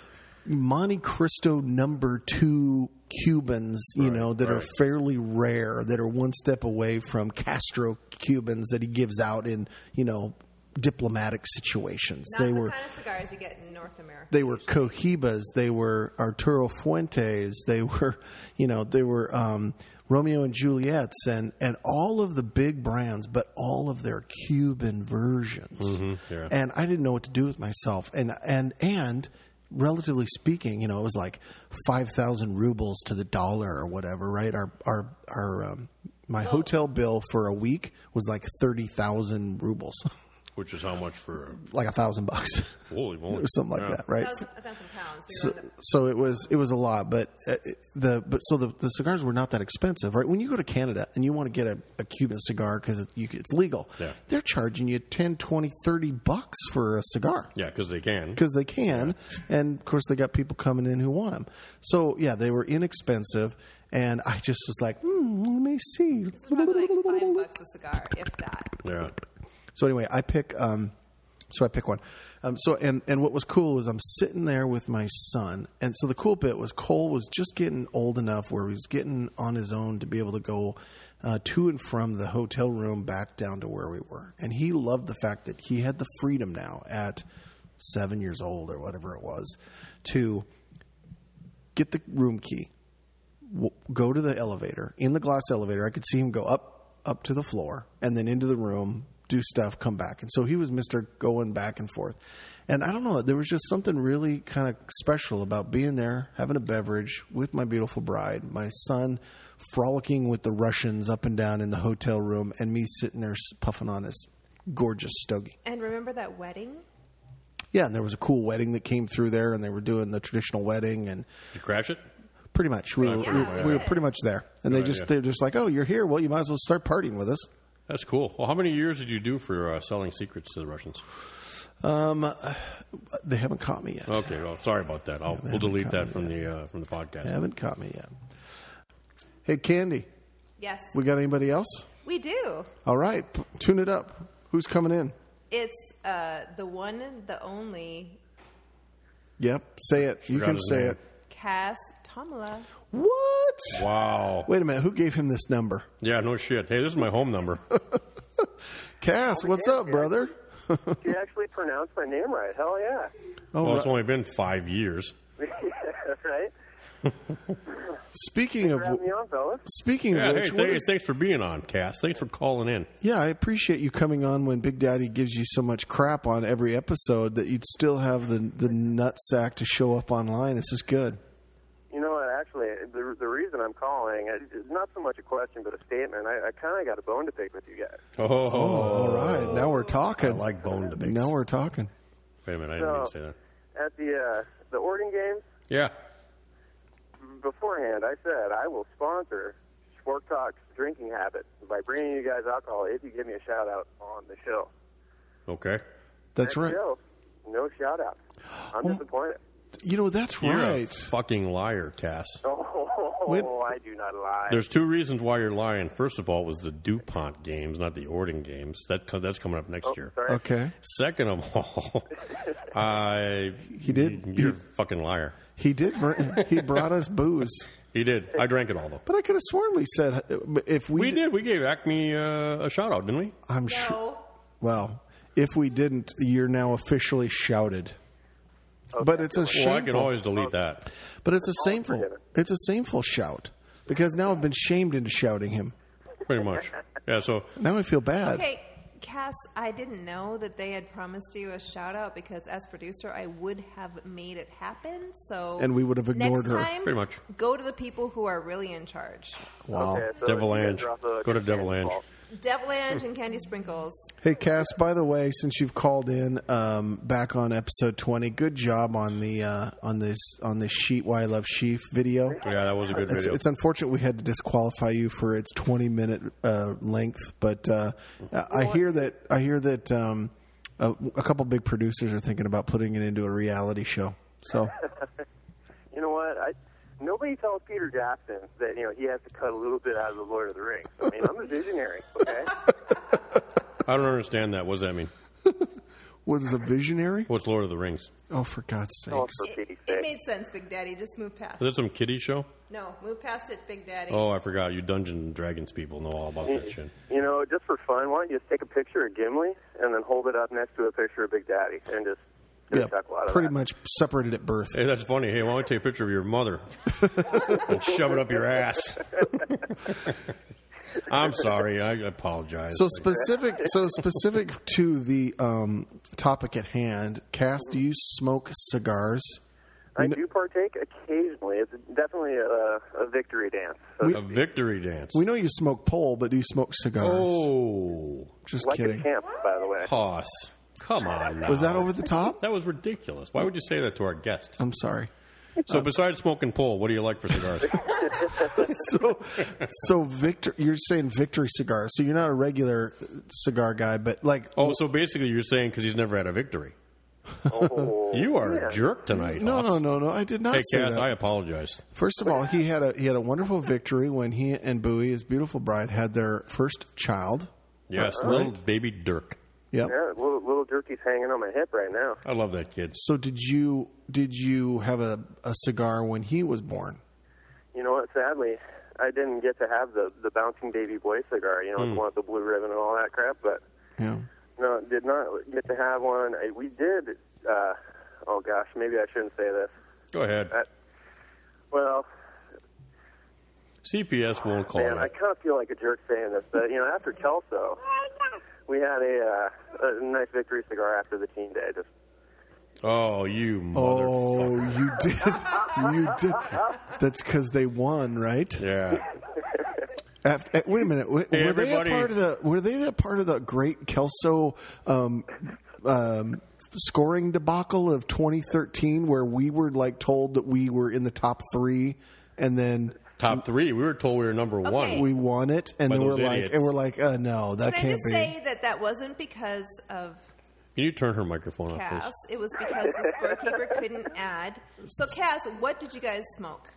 Monte Cristo number two Cubans, you know, that are right. fairly rare, that are one step away from Castro Cubans that he gives out in you know diplomatic situations. Not they the were kind of cigars you get in North America. they were Cohibas, they were Arturo Fuentes, they were, you know, they were um, Romeo and Juliet's, and and all of the big brands, but all of their Cuban versions. Mm-hmm, yeah. And I didn't know what to do with myself, and and and relatively speaking, you know, it was like five thousand rubles to the dollar or whatever, right? Our our our um, my hotel bill for a week was like thirty thousand rubles, Which is how much for like a thousand bucks. holy moly, It was something like Yeah. that, right? Thousand- a thousand pounds. We so, were on the- so it was it was a lot, but uh, the but so the, the cigars were not that expensive, right? When you go to Canada and you want to get a, a Cuban cigar because it, you- it's legal, Yeah. they're charging you 10, 20, 30 bucks for a cigar Yeah, because they can. because they can, and of course they got people coming in who want them. So yeah, they were inexpensive, and I just was like, hmm, let me see. It's probably like five bucks a cigar, if that. Yeah. So anyway, I pick. Um, so I pick one. Um, so and and what was cool is I'm sitting there with my son, and so the cool bit was Cole was just getting old enough where he was getting on his own to be able to go uh, to and from the hotel room back down to where we were, and he loved the fact that he had the freedom now at seven years old or whatever it was to get the room key, w- go to the elevator in the glass elevator. I could see him go up up to the floor and then into the room, do stuff, come back. And so he was Mister going back and forth. And I don't know, there was just something really kind of special about being there, having a beverage with my beautiful bride, my son frolicking with the Russians up and down in the hotel room, and me sitting there s- puffing on his gorgeous stogie. And remember that wedding? Yeah, and there was a cool wedding that came through there, and they were doing the traditional wedding, and Did you crash it? Pretty much, we were, we, Yeah. we were pretty much there, and they Good just idea. they're just like, "Oh, you're here. Well, you might as well start partying with us." That's cool. Well, how many years did you do for uh, selling secrets to the Russians? But Um, They haven't caught Uh, me yet. Okay, well, sorry about that. I'll, we'll delete that from the uh, from the podcast. They haven't caught me yet. Hey, Candy, Yes, we got anybody else? we do. All right, p- tune it up. Who's coming in? It's uh, the one, the only, Yep, say it. You Forgot can his say name. it. Cass Tomala. What? Wow. Wait a minute. Who gave him this number? Yeah, no shit. Hey, this is my home number. Cass, what's up, brother? You actually pronounced my name right. Hell yeah. Oh, well, right. it's only been five years. right? speaking of Grab me on, fellas. speaking Yeah, of hey, which, what th- is- thanks for being on, Cass. Thanks for calling in. Yeah, I appreciate you coming on when Big Daddy gives you so much crap on every episode that you'd still have the the nut sack to show up online. This is good. You know what? Actually, the, the reason I'm calling is not so much a question, but a statement. I, I kind of got a bone to pick with you guys. Oh, All right, now we're talking. like bone to bits. Now we're talking. Wait a minute, I didn't mean to say that. At the uh, the Oregon games Yeah. beforehand, I said I will sponsor Spork Talk's drinking habit by bringing you guys alcohol if you give me a shout out on the show. Okay. That's Next right. show, no shout out. I'm disappointed. You know that's You're a right. fucking liar, Cass. Oh, I do not lie. There's two reasons why you're lying. First of all, it was the DuPont games, not the Orton games. That co- that's coming up next year. sorry. Okay, Second of all, I he did. you're a fucking liar. He did. br- he brought us booze. He did. I drank it all though. But I could have sworn we said uh, if we, We did. We gave Acme uh, a shout out, didn't we? I'm sure. Well, if we didn't, you're now officially shouted. But it's a shameful. Well, I can always delete that. But it's a shameful. It's a shameful shout because now I've been shamed into shouting him. Pretty much. Yeah. So Now I feel bad. Okay, Cass, I didn't know that they had promised you a shout out because as producer, I would have made it happen. So And we would have ignored next her. time, Pretty much. Go to the people who are really in charge. Wow. Okay, so Devil you can Ange. drop a- Go to Devil Ange. Devil Ange and Candy Sprinkles. Hey, Cass. By the way, since you've called in um, back on episode twenty, good job on the uh, on this on this sheet. Why I love sheep video. yeah, that was a good It's, video. it's unfortunate we had to disqualify you for its 20 minute uh, length, but uh, I I hear that I hear that um, a, a couple big producers are thinking about putting it into a reality show. So You know what? I nobody tells Peter Jackson that you know he has to cut a little bit out of the Lord of the Rings. I mean, I'm a visionary. Okay. I don't understand that. What does that mean? what is a visionary? What's Lord of the Rings? Oh, for God's sakes. It, it made sense, Big Daddy. Just move past. Is that some kiddie show? No, move past it, Big Daddy. Oh, I forgot. You Dungeons and Dragons people know all about that shit. You know, just for fun, why don't you just take a picture of Gimli and then hold it up next to a picture of Big Daddy and just get yeah, a chuckle out of pretty that. much separated at birth. Hey, that's funny. Hey, why don't you take a picture of your mother and shove it up your ass? I'm sorry. I apologize. So specific, so specific to the um, topic at hand, Cass, do you smoke cigars? I do partake occasionally. It's definitely a, a victory dance. So a victory dance. We know you smoke pole, but do you smoke cigars? Oh, just like kidding. a champ, by the way. Hoss. Come on. Now. Was that over the top? That was ridiculous. Why would you say that to our guest? I'm sorry. So besides smoking pole, what do you like for cigars? so, so Victor, you're saying Victory cigars. So you're not a regular cigar guy, but like, oh, so basically you're saying because he's never had a victory. you are a jerk tonight. no, Hoss. no, no, no. I did not Oh. Hey, say Cass, that. I apologize. First of all, he had a he had a wonderful victory when he and Bowie, his beautiful bride, had their first child. Yes, Right? little baby Dirk. Yep. Yeah, little, little jerky's hanging on my hip right now. I love that kid. So did you did you have a, a cigar when he was born? You know what? Sadly, I didn't get to have the the bouncing baby boy cigar. You know, Mm. Hmm. the one with the blue ribbon and all that crap. But Yeah. no, did not get to have one. I, we did. Uh, oh gosh, maybe I shouldn't say this. Go ahead. Uh, well, CPS won't call man, I it. kind of feel like a jerk saying this, but you know, after Kelso, we had a, uh, a nice victory cigar after the teen day. Just Oh, you mother. Oh, you did. you did. That's because they won, right? Yeah. After, wait a minute. Were, Hey, were they a everybody. part of the? Were they that part of the great Kelso um, um, scoring debacle of 2013, where we were like told that we were in the top three, and then Top three. We were told we were number one. we won it, and By then we're those like, idiots. and we're like, uh, no, that Can I can't just be. say that that wasn't because of Can you turn her microphone off, please? Cass? It was because the scorekeeper couldn't add. So, Cass, what did you guys smoke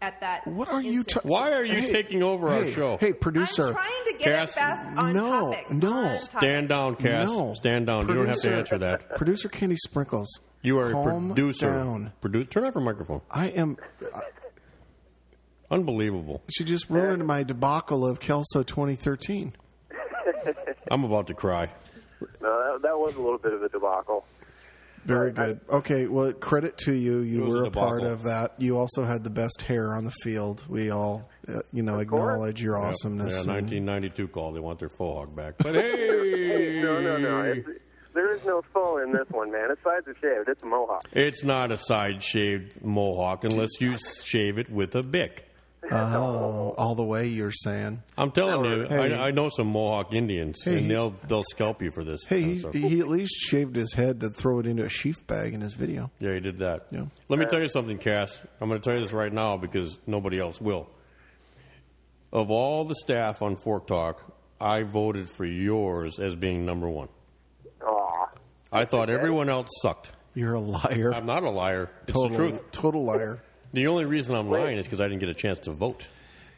at that? what are you? instant? ta- Why are you taking over our hey, show? Hey, producer. trying to get it Cass, fast on no, topic. no. Stand down, Cass. No. Stand down. You don't have to Producer- answer that. Producer Candy Sprinkles. You are calm a producer. down. Produ- turn off her microphone. I am. Unbelievable. She just ruined my debacle of Kelso 2013. I'm about to cry. no, that, that was a little bit of a debacle. Very good. Okay, well, credit to you. You It was were a a part debacle. of that. You also had the best hair on the field. We all, uh, you know, acknowledge your Yeah. awesomeness. Yeah, and- 1992 call. They want their faux hog back. But hey, no, no, no. It's, there is no soul in this one, man. It's sides are shaved. It's a mohawk. it's not a side shaved mohawk unless you shave it with a bick. oh, all the way you're saying. I'm telling you, Hey. I, I know some Mohawk Indians, Hey, and he- they'll they'll scalp you for this. Hey, kind of he, stuff. he at least shaved his head to throw it into a sheaf bag in his video. Yeah, he did that. Yeah. Let me tell you something, Cass. I'm going to tell you this right now because nobody else will. Of all the staff on Fork Talk, I voted for yours as being number one. Aw. I thought everyone else sucked. You're a liar. I'm not a liar. It's total, the truth. total liar. The only reason I'm lying is because I didn't get a chance to vote.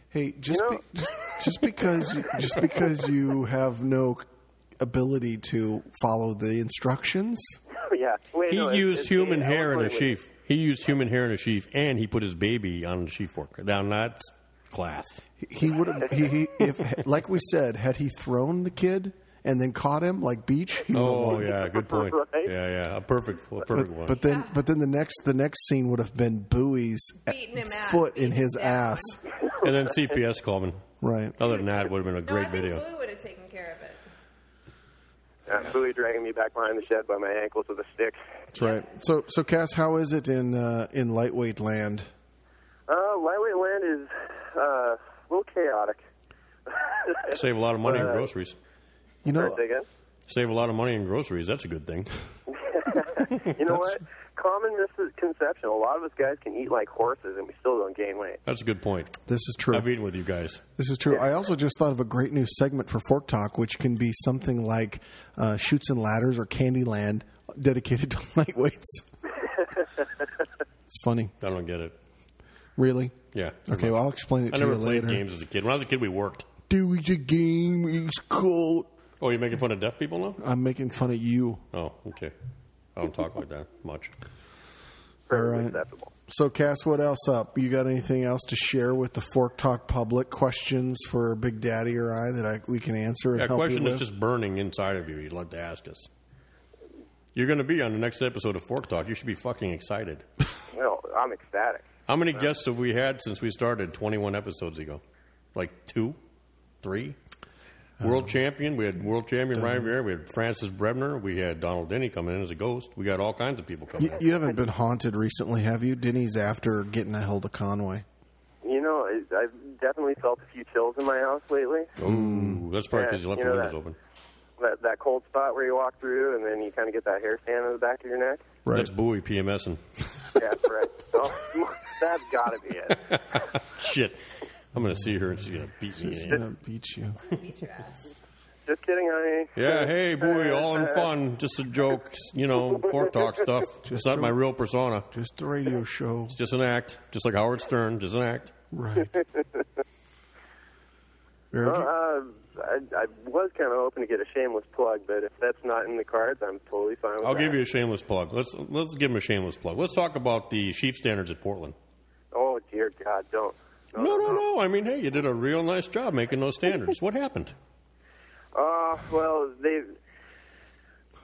Hey, just be, just, just because you, just because you have no ability to follow the instructions. yeah. Wait, He no, it's- used it's human the hair and a eloquently- sheaf. He used human hair in a sheaf, and he put his baby on a sheaf fork. Now that's class. He would have, he, he, if, like we said, had he thrown the kid and then caught him like Beach. He would have Oh won. yeah, good point. Right? Yeah, yeah, a perfect, a perfect but, one. but then, but then the next, the next scene would have been Bowie's foot in his ass. and then CPS Coleman. Right. Other than that, it would have been a great video. would have taken care of it. Uh, Bowie dragging me back behind the shed by my ankles with a stick. That's right. So, so Cass, how is it in uh, in lightweight land? Uh, lightweight land is uh, a little chaotic. Save a lot of money in Uh, groceries. You Sorry, say again? Save a lot of money in groceries. That's a good thing. you know what? Common misconception. A lot of us guys can eat like horses, and we still don't gain weight. That's a good point. This is true. I've eaten with you guys. This is true. I also just thought of a great new segment for Fork Talk, which can be something like uh, Shoots and Ladders or Candyland, dedicated to lightweights. it's funny, I don't get it. really. Yeah. Okay, well, I'll explain it to I you never played later. games as a kid. When I was a kid, we worked. Do we the game is cold. Oh, you're making fun of deaf people now? I'm making fun of you. Oh, okay. I don't talk like that much. All right. So, Cass, what else up? You got anything else to share with the Fork Talk public? Questions for Big Daddy or I that I, we can answer? And That help question you is with? just burning inside of you. You'd love to ask us. You're going to be on the next episode of Fork Talk. You should be fucking excited. Well, I'm ecstatic. How many guests have we had since we started 21 episodes ago? Like two? Three? World champion. We had world champion Ryan Vieira. We had Francis Brebner. We had Donald Denny coming in as a ghost. We got all kinds of people coming You, in. you haven't been haunted recently, have you? Denny's after getting a hold of Conway. You know, I- I've definitely felt a few chills in my house lately. Mm. Ooh, Oh, that's probably Yeah, because you left you the know windows that. open. That that cold spot where you walk through, and then you kind of get that hair stand on the back of your neck. Right. That's Bowie PMS and Yeah, that's right. Oh, that's got to be it. shit. I'm gonna see her and she's gonna beat me. He's in the gonna ass. beat you. Just kidding, honey. Yeah, hey, Bowie, uh, all in fun, just a joke, you know, fork talk stuff. it's not my real persona. Just the radio show, It's just an act, just like Howard Stern, just an act. right? Very Well, good. uh, I, I was kind of hoping to get a shameless plug, but if that's not in the cards, I'm totally Oh, fine with I'll that. give you a shameless plug. Let's let's give him a shameless plug. Let's talk about the Chief standards at Portland. Oh dear God, don't. Oh, No, no, no. I mean, hey, you did a real nice job making those standards. What happened? Uh, well, they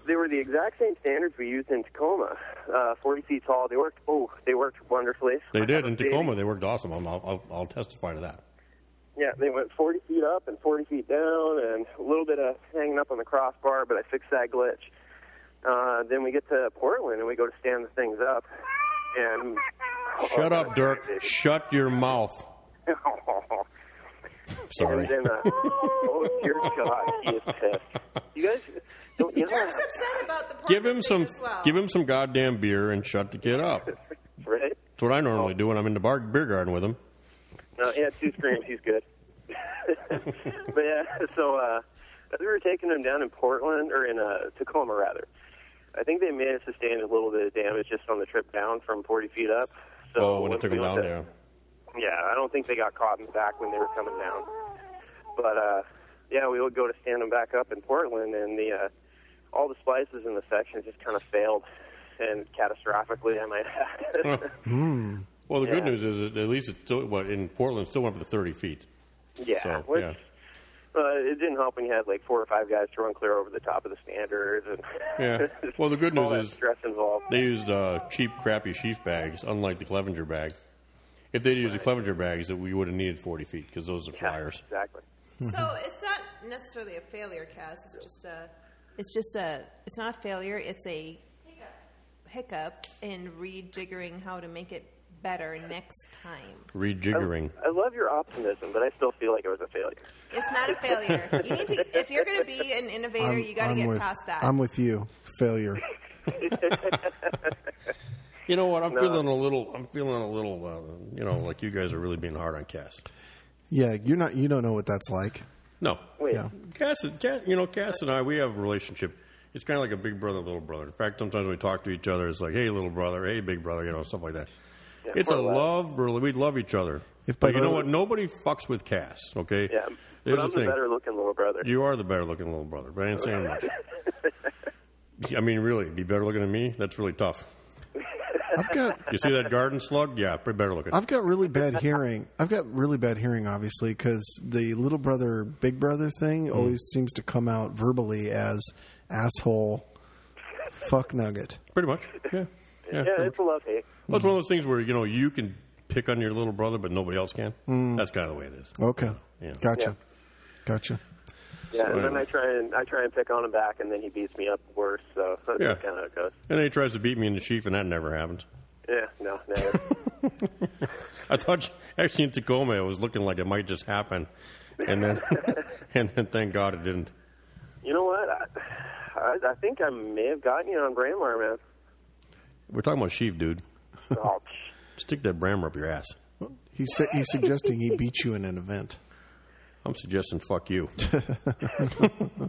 they were the exact same standards we used in Tacoma. Uh, Forty feet tall. They worked. Oh, they worked wonderfully. They did in Tacoma. They worked awesome. I'll, I'll, I'll testify to that. Yeah, they went 40 feet up and 40 feet down, and a little bit of hanging up on the crossbar, but I fixed that glitch. Uh, then we get to Portland and we go to stand the things up, and Oh, oh, Shut up, Dirk. Shut your mouth. Oh, Sorry. And then, uh, oh dear God, he is pissed. You guys, don't you know? Give him some. Give him some goddamn beer and shut the kid up. That's Right? what I normally do when I'm in the bar beer garden with him. No, yeah, two screams. He's good. but yeah, so uh, as we were taking him down in Portland or in uh, Tacoma rather, I think they may have sustained a little bit of damage just on the trip down from 40 feet up. So oh, when I took we him went down to- there. Yeah, I don't think they got caught in the back when they were coming down. But uh, yeah, we would go to stand them back up in Portland, and the uh, all the splices in the section just kind of failed, and catastrophically, I might add. Well, the good Yeah. news is that at least it's still what in Portland still went up to thirty feet. yeah, So, which yeah. Uh, it didn't help when you had like four or five guys to run clear over the top of the standards and Yeah. Well, the good all news that is- stress involved. They used uh, cheap, crappy sheaf bags, unlike the Clevenger bag. If they'd used the Clevenger bags, that we would have needed 40 feet because those are flyers. Exactly. So it's not necessarily a failure, Cass. It's just a. It's just a. It's not a failure. It's a hiccup in rejiggering how to make it better next time. Rejiggering. I love your optimism, but I still feel like it was a failure. It's not a failure. You need to. If you're going to be an innovator, you got to get with, past that. I'm with you. Failure. You know what? I'm No. feeling a little. I'm feeling a little. Uh, you know, like you guys are really being hard on Cass. Yeah, you're not. You don't know what that's like. No, Wait, Yeah. Cass, is- Cass. You know, Cass and I. We have a relationship. It's kind of like a big brother, little brother. In fact, sometimes when we talk to each other, it's like, "Hey, little brother. Hey, big brother." You know, stuff like that. Yeah, it's more a or less. love. Really, we love each other. If by but you know the- what? Nobody fucks with Cass. Okay. yeah, Here's but I'm the the thing. better looking little brother. You are the better looking little brother, but I ain't saying much. I mean, really, be better looking than me? That's really tough. I've got You see that garden slug? Yeah, pretty better looking. I've got really bad hearing. I've got really bad hearing, obviously, because the little brother, big brother thing Mm. always seems to come out verbally as asshole, fuck nugget. Pretty much. Yeah. Yeah, pretty it's a love hate. Well, it's one of those things where you know you can pick on your little brother, but nobody else can. Mm. That's kind of the way it is. Okay. Yeah. Gotcha. Gotcha. Yeah, and then anyway. I try and I try and pick on him back, and then he beats me up worse. So that's Yeah. kind of how it goes. And then he tries to beat me in the chief, and that never happens. Yeah, no, never. I thought actually in Tacoma it was looking like it might just happen, and then and then thank God it didn't. you know what? I, I, I think I may have gotten you on Bramar, man. We're talking about chief, dude. Oh, Stick that brammer up your ass. He said he's suggesting he beat you in an event. I'm suggesting fuck you.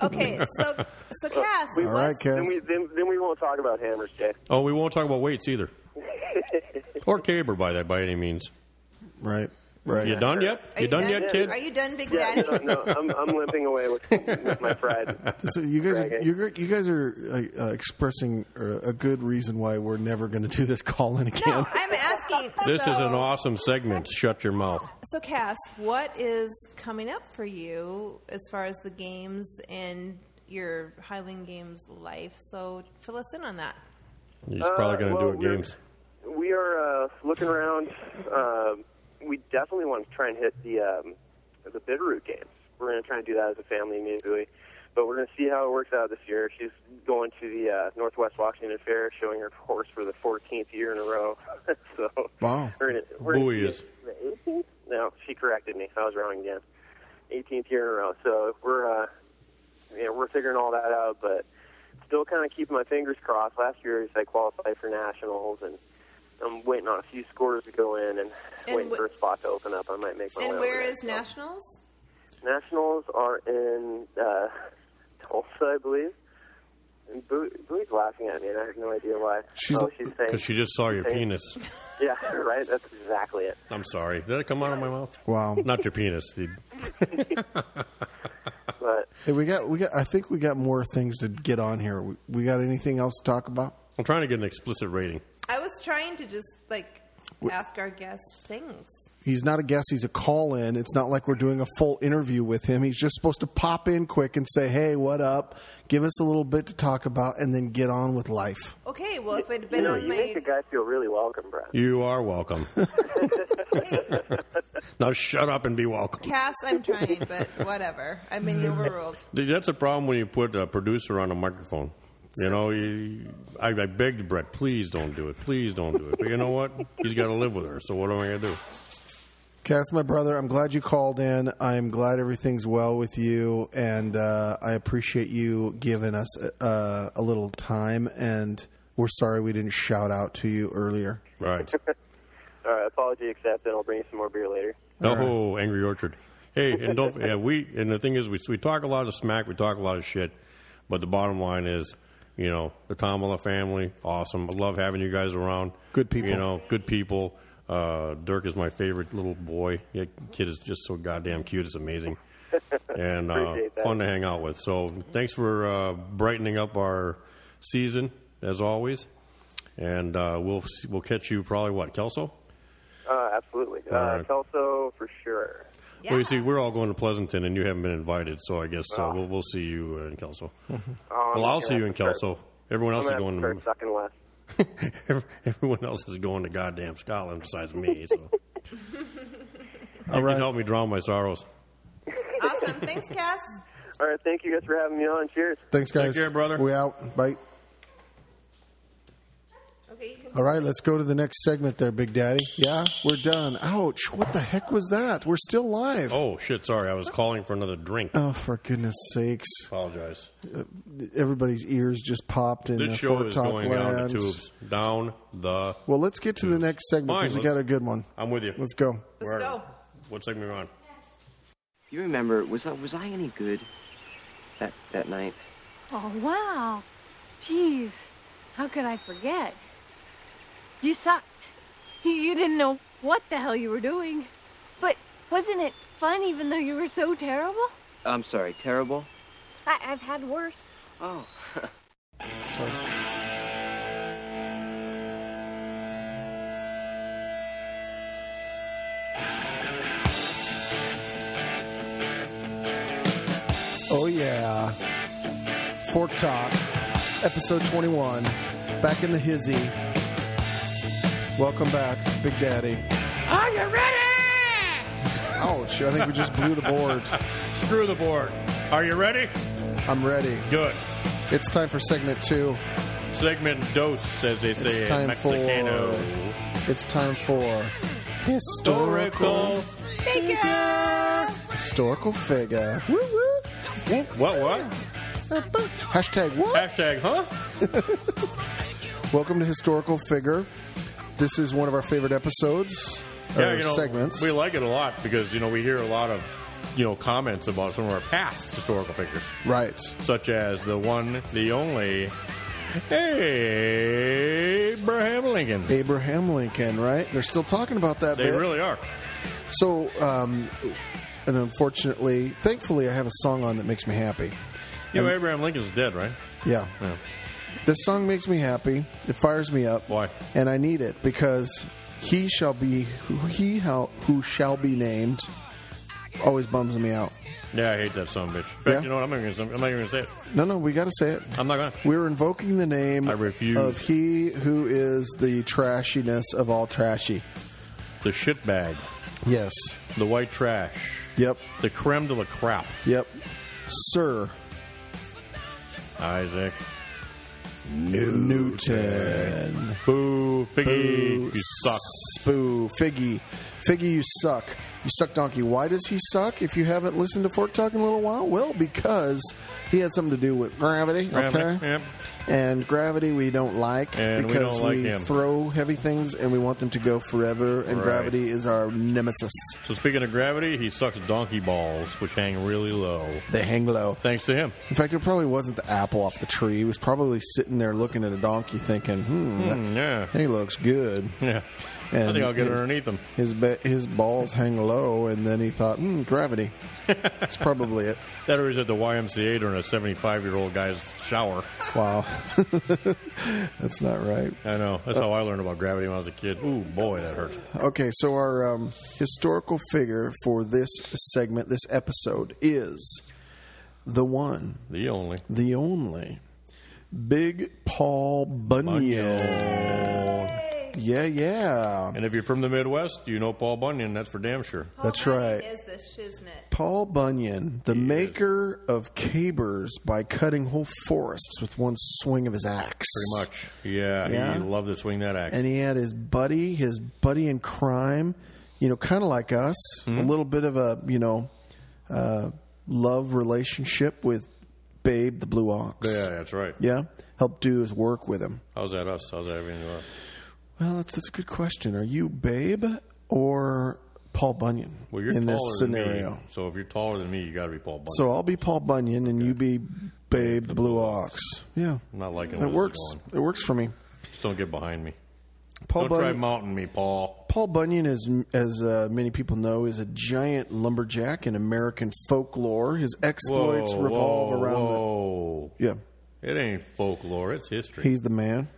Okay, so so Cass, We what- right, Cass. Then we then, then we won't talk about hammers, Jay. Oh, we won't talk about weights either, or caber by that by any means. Right. Right. You done yet? are you done done? yet, kid? Are you done, Big Yeah, Daddy? no, no, I'm I'm limping away with, with my pride. So you guys, are, you, you guys are uh, uh, expressing uh, a good reason why we're never going to do this call in again. No, I'm asking. This so, is an awesome segment. Shut your mouth. So, Cass, what is coming up for you as far as the games and your Highland Games life? So, fill us in on that. He's probably going to Uh, well, do it we're- games. We are uh, looking around. Um, we definitely want to try and hit the um, the Bitterroot games. We're going to try and do that as a family, maybe. But we're going to see how it works out this year. She's going to the uh, Northwest Washington Fair, showing her horse for the 14th year in a row. so Wow. we're going to we're Boy gonna is. see it. The 18th? No, she corrected me. I was wrong again. 18th year in a row. So we're uh, yeah, we're figuring all that out, but still kind of keeping my fingers crossed. Last year, I qualified for nationals, and I'm waiting on a few scores to go in and, And waiting wh- for a spot to open up. I might make my way. And where over is Nationals? there. nationals are in uh, Tulsa, I believe. And Boo- Booey's laughing at me, and I have no idea why. She's oh, like- she's saying Because she just saw your saying- penis. Yeah, right. That's exactly it. I'm sorry. Did it come out of my mouth? Wow. Not your penis. The, But Hey, we got we got. I think we got more things to get on here. We, we got anything else to talk about? I'm trying to get an explicit rating. I was trying to just like ask our guest things. He's not a guest. He's a call in. It's not like we're doing a full interview with him. He's just supposed to pop in quick and say, "Hey, what up? Give us a little bit to talk about, and then get on with life." Okay, well, if it'd you been know, on you make my the guy feel really welcome, Brad. You are welcome. now shut up and be welcome. Cass, I'm trying, but whatever. I've been Mm-hmm. overruled. Dude, That's a problem when you put a producer on a microphone. You know, you, I, I begged Brett, please don't do it. Please don't do it. But you know what? He's got to live with her. So what am I going to do? Cass, my brother, I'm glad you called in. I'm glad everything's well with you, and uh, I appreciate you giving us uh, a little time. And we're sorry we didn't shout out to you earlier. Right. All right, apology accepted. I'll bring you some more beer later. Oh, Angry Orchard. Hey, and don't yeah, we and the thing is we we talk a lot of smack, we talk a lot of shit, but the bottom line is, you know, the Tomala family, awesome. I love having you guys around. Good people. You know, good people. Uh, Dirk is my favorite little boy. Yeah, kid is just so goddamn cute. It's amazing. And uh, Appreciate that. fun to hang out with. So thanks for uh, brightening up our season as always. And uh, we'll we'll catch you probably what Kelso. Uh, absolutely. Uh, All right. Kelso for sure. Well, Yeah. you see, we're all going to Pleasanton, and you haven't been invited, so I guess uh, we'll, we'll see you uh, in Kelso. Hmm. Oh, well, I'll see you in Kelso. Everyone else I'm is gonna going. have to start sucking less. To, everyone else is going to goddamn Scotland besides me. So you right. can help me drown my sorrows. Awesome. Thanks, Cass. All right, thank you guys for having me on. Cheers. Thanks, guys. care, brother. We out. Bye. Okay, you can All right, let's go to the next segment there, Big Daddy. Yeah, we're done. Ouch. What the heck was that? We're still live. Oh shit! Sorry, I was calling for another drink. Oh, for goodness sakes. Uh, Apologize. Everybody's ears just popped in This the show Fort is Talk going down the lands. tubes. Down the. Well, let's get to the next segment Fine, because we let's- got a good one. I'm with you. Let's go. Let's go. What segment are we on? You remember? Was I was I any good that that night? Oh, wow. Jeez. How could I forget? You sucked. You, you didn't know what the hell you were doing. But wasn't it fun even though you were so terrible? I'm sorry, terrible. I, I've had worse. Oh. Sorry. Oh, Fork Talk, episode 21. Back in the hizzy. Welcome back, Big Daddy. Are you ready? Ouch, I think we just blew the board. Screw the board. Are you ready? I'm ready. Good. It's time for segment two. Segment dos, as they say It's in time Mexicano. for. It's time for historical historical figure. Woo woo. What what? Hashtag what? Hashtag huh? Welcome to historical figure. This is one of our favorite episodes. Yeah, or you know, segments. we like it a lot because you know we hear a lot of you know comments about some of our past historical figures, right? Such as the one, the only Abraham Lincoln. Abraham Lincoln, right? They're still talking about that. They bit. really are. So, um, and unfortunately, thankfully, I have a song on that makes me happy. You know, Abraham Lincoln's dead, right? Yeah. Yeah. This song makes me happy. It fires me up. Why? And I need it because he shall be who he how, who shall be named always bums me out. Yeah, I hate that son of a bitch. In fact, Yeah. you know what? I'm not even gonna- I'm not even going to say it. No, no, we got to say it. I'm not going to. We're invoking the name I refuse. of he who is the trashiness of all trashy. The shitbag. Yes. The white trash. Yep. The creme de la crap. Yep. Sir Isaac. Newton. Boo. Figgy. Boo. You suck. Spoo. Figgy. Figgy, you suck. You suck, donkey. Why does he suck? If you haven't listened to Fork Talk in a little while, well, because he had something to do with gravity. Gravity, okay. yep. And gravity we don't like And we because don't like him. throw heavy things and we want them to go forever. And Right. gravity is our nemesis. So speaking of gravity, he sucks donkey balls, which hang really low. They hang low. Thanks to him. In fact, it probably wasn't the apple off the tree. He was probably sitting there looking at a donkey, thinking, "Hmm, Hmm, yeah. that, he looks good." Yeah. And I think I'll get his- underneath him. His ba- his balls hang low, and then he thought, hmm, gravity. That's probably it. That or he's at the YMCA during a 75 year old guy's shower. Wow, that's not right. I know. That's how I learned about gravity when I was a kid. Ooh, boy, that hurt. Okay, so our um, historical figure for this segment, this episode, is the one, The only. the only, Big Paul Bunyan. Yeah, yeah, And if you're from the Midwest, you know Paul Bunyan. That's for damn sure. that's right. Is the shiznit? Paul Bunyan, the maker of cabers by cutting whole forests with one swing of his axe. Pretty much. Yeah, Yeah. he loved to swing that axe. And he had his buddy, his buddy in crime, you know, kind of like us, Hmm. a little bit of a, you know, uh, love relationship with Babe the Blue Ox. yeah, that's right. Yeah? Helped do his work with him. How's that us? How's that uh, everything to us? Well, that's, that's a good question. Are you Babe or Paul Bunyan Well, you're in taller this scenario? than me. So if you're taller than me, you got to be Paul Bunyan. So I'll be Paul Bunyan and you be Babe the Blue Ox. Yeah. I'm not liking where That this is works. going. It works for me. Just don't get behind me. Paul don't try Bunyan. mounting me, Paul. Paul Bunyan, as as uh, many people know, is a giant lumberjack in American folklore. His exploits Whoa, revolve whoa, around Whoa. the yeah. It ain't folklore. It's history. He's the man,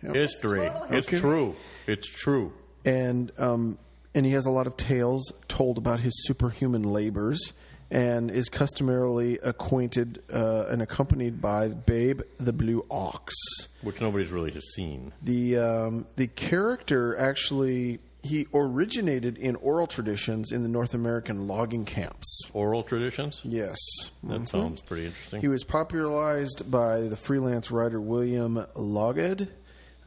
history. It's Okay. true. It's true. and um, and he has a lot of tales told about his superhuman labors, and is customarily acquainted uh, and accompanied by Babe the Blue Ox. Which nobody's really just seen. the um, the character actually he originated in oral traditions in the North American logging camps. Oral traditions? Yes, Mm-hmm. That sounds pretty interesting. he was popularized by the freelance writer William Logged.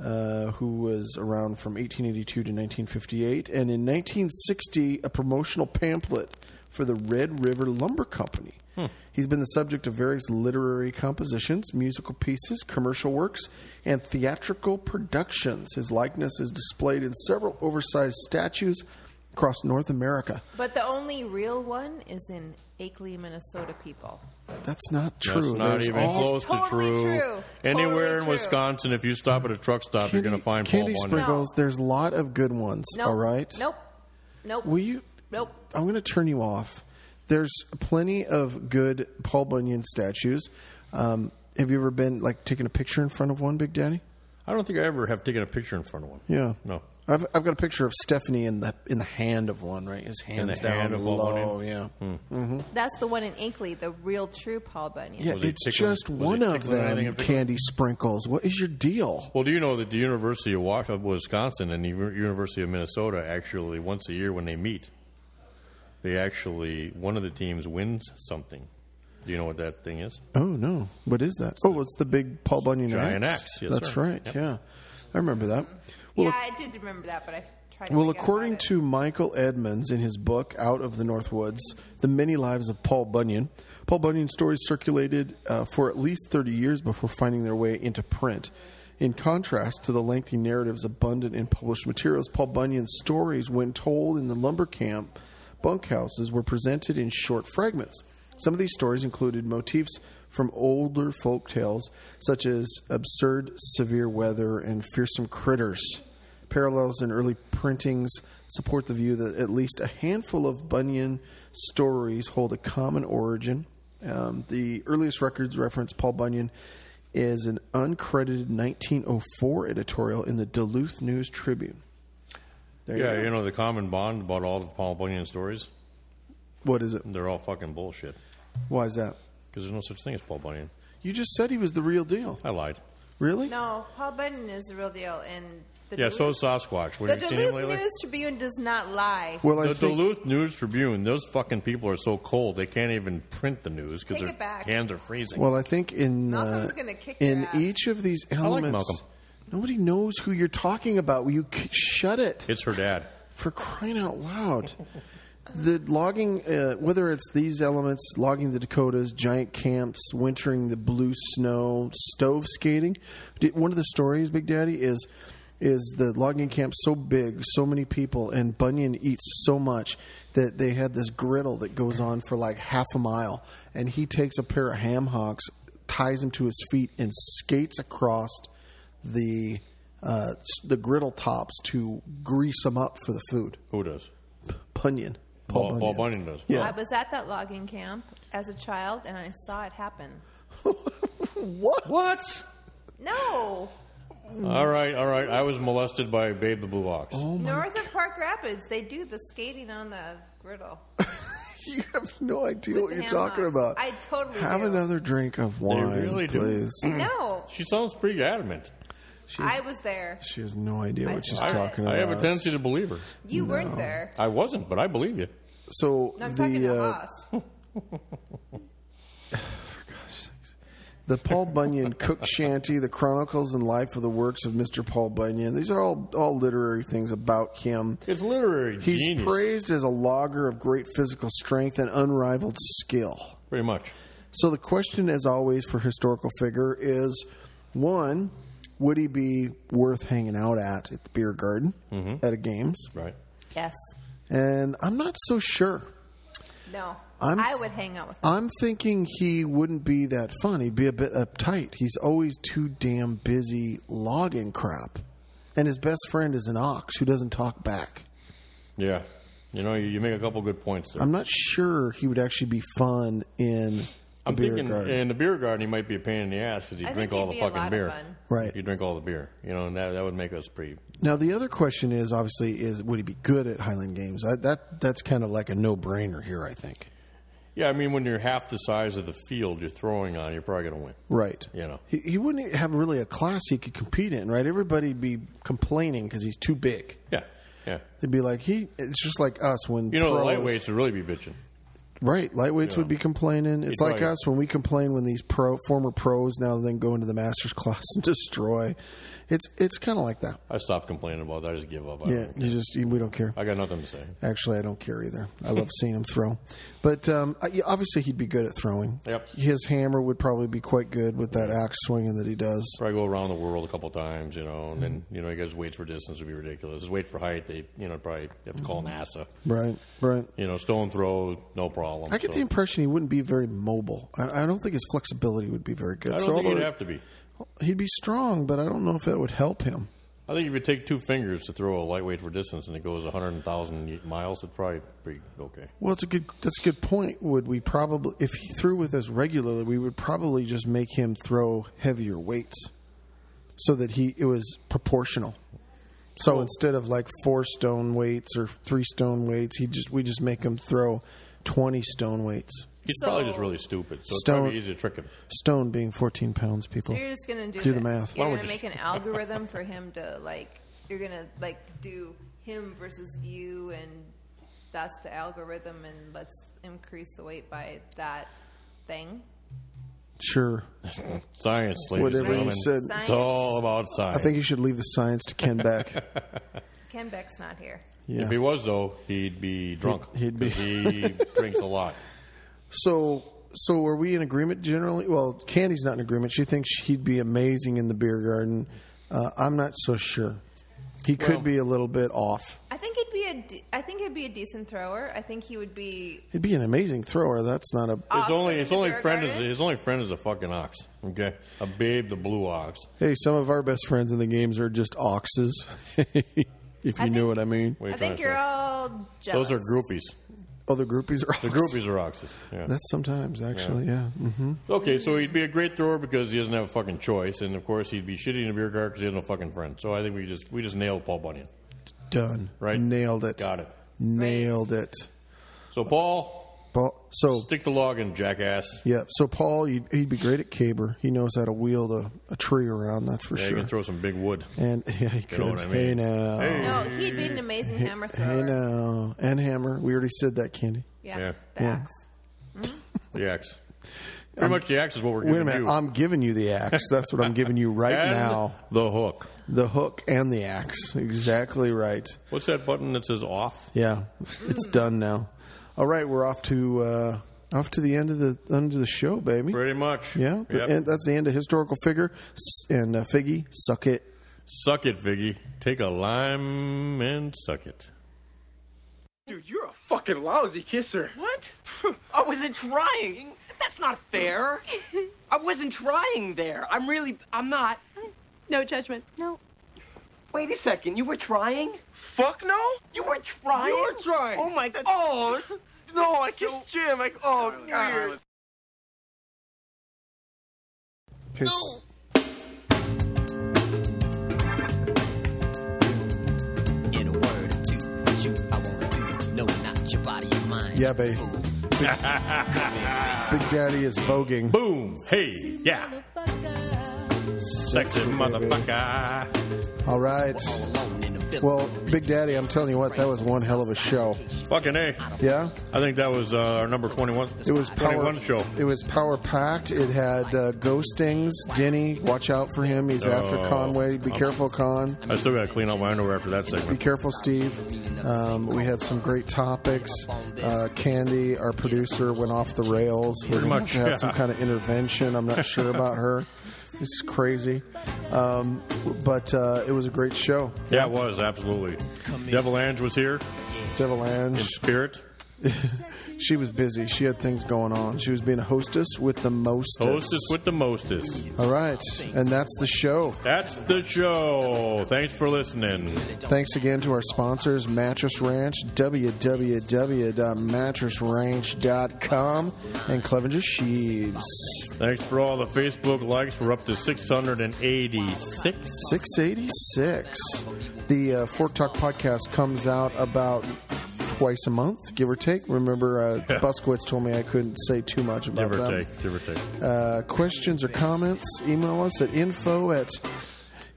Uh, who was around from 1882 to 1958, and in 1960, a promotional pamphlet for the Red River Lumber Company. Hmm. He's been the subject of various literary compositions, musical pieces, commercial works, and theatrical productions. His likeness is displayed in several oversized statues across North America. But the only real one is in Akeley, Minnesota. People. That's not true. That's not There's even all close Totally to true. true. Anywhere Totally in true. Wisconsin, if you stop at a truck stop, you're going to find candy Paul Bunyan. sprinkles. There's a lot of good ones. Nope. All right. Nope. Nope. Will you? Nope. I'm going to turn you off. There's plenty of good Paul Bunyan statues. Um, have you ever been like taking a picture in front of one, Big Daddy? I don't think I ever have taken a picture in front of one. Yeah. No. I I've, I've got a picture of Stephanie in the in the hand of one, right? His hands the down hand of Hmm. low. one in- yeah. Mm-hmm. That's the one in Ankley, the real true Paul Bunyan. Yeah, it's just one of them candy sprinkles. What is your deal? Well, do you know that the University of Wash- of Wisconsin and the Uni- University of Minnesota actually once a year when they meet, they actually one of the teams wins something. Do you know what that thing is? Oh no, what is that? oh, it's the big Paul Bunyan giant axe. axe, yes, That's sir. right. Yeah, I remember that. Well, yeah, I did remember that, but I tried. To Well, forget according to Michael Edmonds in his book Out of the North Woods: The Many Lives of Paul Bunyan, Paul Bunyan stories circulated uh, for at least 30 years before finding their way into print. In contrast to the lengthy narratives abundant in published materials, Paul Bunyan's stories, when told in the lumber camp bunkhouses, were presented in short fragments. Some of these stories included motifs from older folk tales, such as absurd severe weather and fearsome critters. Parallels in early printings support the view that at least a handful of Bunyan stories hold a common origin. Um, the earliest records reference Paul Bunyan is an uncredited 1904 editorial in the Duluth News Tribune. There you yeah, go. you, know the common bond about all the Paul Bunyan stories. What is it? They're all fucking bullshit Why is that? because there's no such thing as Paul Bunyan. You just said he was the real deal. I lied. Really? No, Paul Bunyan is the real deal, and the yeah, so Duluth, is Sasquatch. What, the have you seen him Duluth lately? News Tribune does not lie. Well, I the think- Duluth News Tribune. Those fucking people are so cold they can't even print the news because Take their it back. hands are freezing. Well, I think in uh, Malcolm's gonna kick in your ass. each of these like elements, Malcolm. nobody knows who you're talking about. Will you k- shut it? it's her dad. for crying out loud. the logging, uh, whether it's these elements, logging the Dakotas, giant camps, wintering the blue snow, stove skating. Did- One of the stories, Big Daddy, is is the logging camp so big, so many people, and Bunyan eats so much that they had this griddle that goes on for like half a mile, and he takes a pair of ham hocks, ties them to his feet, and skates across the uh, s- the griddle tops to grease them up for the food. Who does? Bunyan. Paul, Paul, Bunyan does. Yeah. I was at that logging camp as a child, and I saw it happen. what? What? No, Mm. All right, all right. I was molested by Babe the Blue Ox. Oh north of Park Rapids, they do the skating on the griddle. You have no idea what the you're ham talking hocks. about. I totally have do. another drink of wine, really do. please. no, She sounds pretty adamant. I was there. She has no idea I what she's saw it. talking about. I have a tendency to believe her. You weren't there. I wasn't, but I believe you. So No, I'm talking the to uh, us. the Paul Bunyan Cook Shanty, the Chronicles and Life of the Works of Mr. Paul Bunyan. These are all all literary things about him. It's literary He's genius. praised as a logger of great physical strength and unrivaled skill. pretty much. So the question, as always, for historical figure is one, would he be worth hanging out at at the beer garden at a games? Mm-hmm. Right. Yes. And I'm not so sure. No. I'm- I would hang out with him. I'm thinking he wouldn't be that fun. He'd be a bit uptight. He's always too damn busy logging crap. And his best friend is an ox who doesn't talk back. Yeah. You know, you, you make a couple good points there. I'm not sure he would actually be fun in the I'm beer thinking eh, garden. in the beer garden, he might be a pain in the ass because I he'd drink think all he'd the be a lot fucking of beer. fun. Right. You drink all the beer. You know, and that, that would make us pretty. Now the other question is obviously is would he be good at Highland Games? I, that that's kind of like a no brainer here, I think. Yeah, I mean, when you're half the size of the field you're throwing on, you're probably going to win. Right. You know. He, he wouldn't have really a class he could compete in, right? Everybody'd be complaining because he's too big. Yeah. Yeah. They'd be like he. It's just like us when You know, the pros- lightweights would really be bitching. Right, lightweights would be complaining. It's He'd like probably- us when we complain when these pro former pros now then go into the masters class and destroy. It's it's kind of like that. I stopped complaining about that. I just give up. I Yeah, don't- you just you, we don't care. I got nothing to say. Actually, I don't care either. I love seeing him throw, but um, I- yeah, obviously he'd be good at throwing. Yep. His hammer would probably be quite good with that axe swinging that he does. Probably go around the world a couple times, you know, and then you know, you guys weights for distance would be ridiculous. His weight for height, they you know probably have to call NASA. Mm-hmm. Right, right. You know, stone throw, no problem. I get So- the impression he wouldn't be very mobile. I, I don't think his flexibility would be very good. I don't so think it'd although have to be. he'd be strong, but I don't know if that would help him. I think if you take two fingers to throw a lightweight for distance and it goes 100,000 miles, it's probably pretty okay. Well, it's a good. That's a good point. Would we probably, if he threw with us regularly, we would probably just make him throw heavier weights, so that he it was proportional. So instead of like four stone weights or three stone weights, he just we just make him throw twenty stone weights. He's probably just really stupid, so it's Stone- probably easy to trick him. Stone being fourteen pounds, people. So you're just gonna do, do the that. math. You're gonna make an algorithm for him to like. You're gonna like do him versus you, and that's the algorithm, and let's increase the weight by that thing. sure. Science, ladies Whatever and you gentlemen. said. It's all about science. I think you should leave the science to Ken Beck. Ken Beck's not here. Yeah. If he was though, he'd be drunk. He'd- he'd be- 'cause he drinks a lot. so so are we in agreement generally? Well, Candy's not in agreement. She thinks he'd be amazing in the beer garden. Uh, I'm not so sure. He could be a little bit off. I think he'd be a. De- I think he'd be a decent thrower. I think he would be. He'd be an amazing thrower. That's not a. His only in his the only beer friend is garden? his only friend is a fucking ox. Okay, a babe, the blue ox. Hey, some of our best friends in the games are just oxes. if you know what I mean. What are you I trying think to you're say? all jealous. Those are groupies. Oh, the groupies are The groupies are oxes. Yeah. That's sometimes actually, yeah. hmm Okay, so he'd be a great thrower because he doesn't have a fucking choice, and of course he'd be shitty in a beer garden because he has no fucking friend. So I think we just we just nailed Paul Bunyan. Done. Right. Nailed it. Got it. Nailed it. So Paul, Paul, so stick the log in, jackass. yeah. So Paul, he'd, he'd be great at caber. He knows how to wield a, a tree around. That's for Yeah, you sure. can throw some big wood. and yeah, he could. know what I mean. Hey now. Hey. No, he'd be an amazing hammer Hey, thrower. now. And hammer. We already said that, Candy. Yeah, Yeah. the Yeah. axe. The axe. Pretty much the axe is what we're Wait going a to minute. do. I'm giving you the axe. That's what I'm giving you right And now. the hook. The hook and the axe. Exactly right. What's that button that says off? Yeah, it's Mm. done now. All right, we're off to uh, off to the end of the end of the show, baby. Pretty much. Yeah, the Yep. end- that's the end of historical figure S- and uh, Figgy. Suck it. Suck it, Figgy. Take a lime and suck it. Dude, you're a fucking lousy kisser. What? I wasn't trying. That's not fair. I wasn't trying there. I'm really, I'm not. No judgment. No. Wait a second. You were trying? Fuck no. You were trying. You were trying. Oh my. Oh no! I kissed Jim. I, oh, weird. Okay. In a word or two, it's you I wanna do. No, not your body, your mind. Yeah, babe. Boom. Big Daddy is voguing. Hey, yeah. Sexy motherfucker. All right. All alone in the villa. Well, Big Daddy, I'm telling you what, that was one hell of a show. Fucking A. Yeah, I think that was uh, our number 21. it was power. 21 show. It was power packed. It had uh, ghostings. Denny, watch out for him. He's after Oh. Conway. Be careful, Con. I still got to clean out my underwear after that Be segment. careful, Steve. Um, we had some great topics. Uh, Candy, our producer, went off the rails. We're Pretty gonna much, have yeah. some kind of intervention. I'm not sure about her. It's crazy, um, but uh, it was a great show. Yeah, it was, absolutely. Devil Ange was here Devil Ange, in spirit. she was busy. She had things going on. She was being a hostess with the most. Hostess with the mostest. All right, and that's the show. That's the show. Thanks for listening. Thanks again to our sponsors, Mattress Ranch, www.mattressranch.com, and Clevenger Sheaves. Thanks for all the Facebook likes. We're up to 686. 686. The uh, Fork Talk podcast comes out about twice a month, give or take. Remember, uh, Buskowitz told me I couldn't say too much about Give or them. take. Give or take. Uh, questions or comments, email us at info at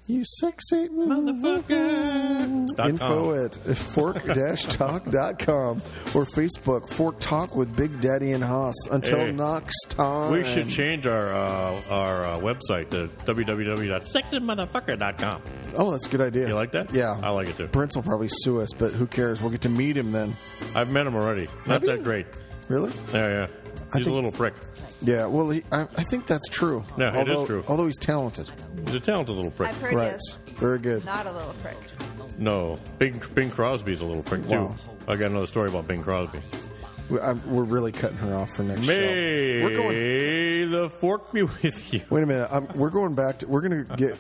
you sexy motherfucker. Dot com. Info at fork talk.com or Facebook, Fork Talk with Big Daddy and Haas. Until Hey. next time. We should change our uh, our uh, website to www.sexymotherfucker.com. Oh, that's a good idea. You like that? Yeah. I like it too. Prince will probably sue us, but who cares? We'll get to meet him then. I've met him already. Not Have you? that great. Really? Yeah, yeah. He's a think- little prick. Yeah. Well, he, I, I think that's true. Yeah, it is although, true. Although he's talented. He's a talented little prick. I've heard right. this. Very good. Not a little prick. No, Bing Bing Crosby's a little prick too. Wow. I got another story about Bing Crosby. We, I, we're really cutting her off for next show. May We're the fork be with you. Wait a minute. Um, we're going back. To, we're gonna get.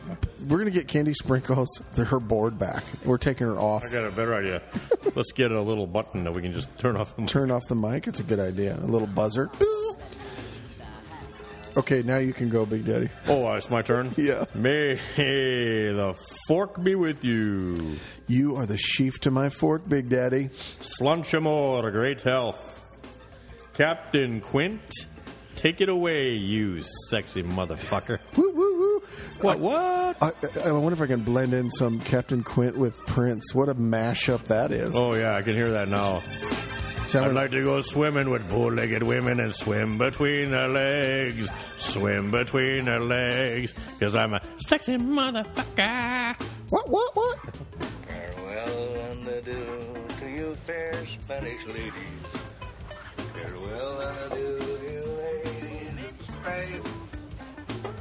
We're gonna get Candy Sprinkles the- her board back. We're taking her off. I got a better idea. Let's get a little button that we can just turn off the. Turn off the mic. It's a good idea. A little buzzer. Bzzz. Okay, now you can go, Big Daddy. Oh, uh, it's my turn? yeah. May the fork be with you. You are the sheaf to my fork, Big Daddy. Slunchamore, great health. Captain Quint, take it away, you sexy motherfucker. Woo, woo, woo. What, what? I, I wonder if I can blend in some Captain Quint with Prince. What a mashup that is. Oh, yeah, I can hear that now. Sound I'd like to go swimming with bow-legged women and swim between their legs, swim between their legs, because I'm a sexy motherfucker. What, what, what? Farewell and adieu to you, fair Spanish ladies. Farewell and adieu to you, ladies in Spain.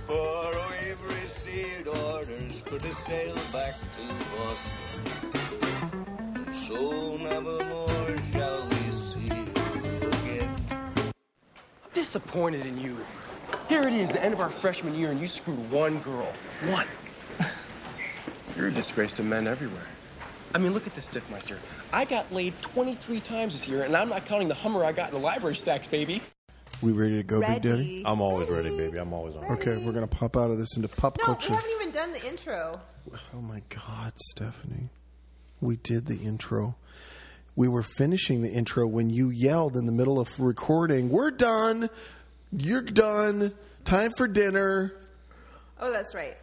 For we've received orders for to sail back to Boston. So nevermore shall we see you again. Disappointed in you. Here it is, the end of our freshman year, and you screwed one girl. One. You're a disgrace to men everywhere. I mean, look at this Dickmeister. I got laid 23 times this year, and I'm not counting the Hummer I got in the library stacks, baby. We ready to go, Big Daddy? I'm always ready, baby. I'm always on. Okay, we're going to pop out of this into pop No, culture. we haven't even done the intro. Oh my God, Stephanie. We did the intro. We were finishing the intro when you yelled in the middle of recording, We're done. You're done. Time for dinner. Oh, that's right.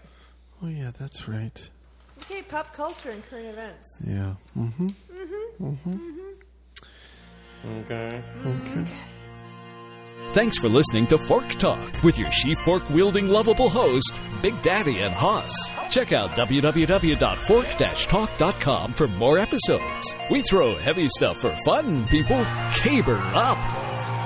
Oh, yeah, that's right. Okay, pop culture and current events. Yeah. Mm hmm. Mm-hmm. Mm-hmm. Okay. Okay. Thanks for listening to Fork Talk with your she fork wielding lovable host, Big Daddy and Haas. Check out www.fork talk.com for more episodes. We throw heavy stuff for fun, people. Caber up!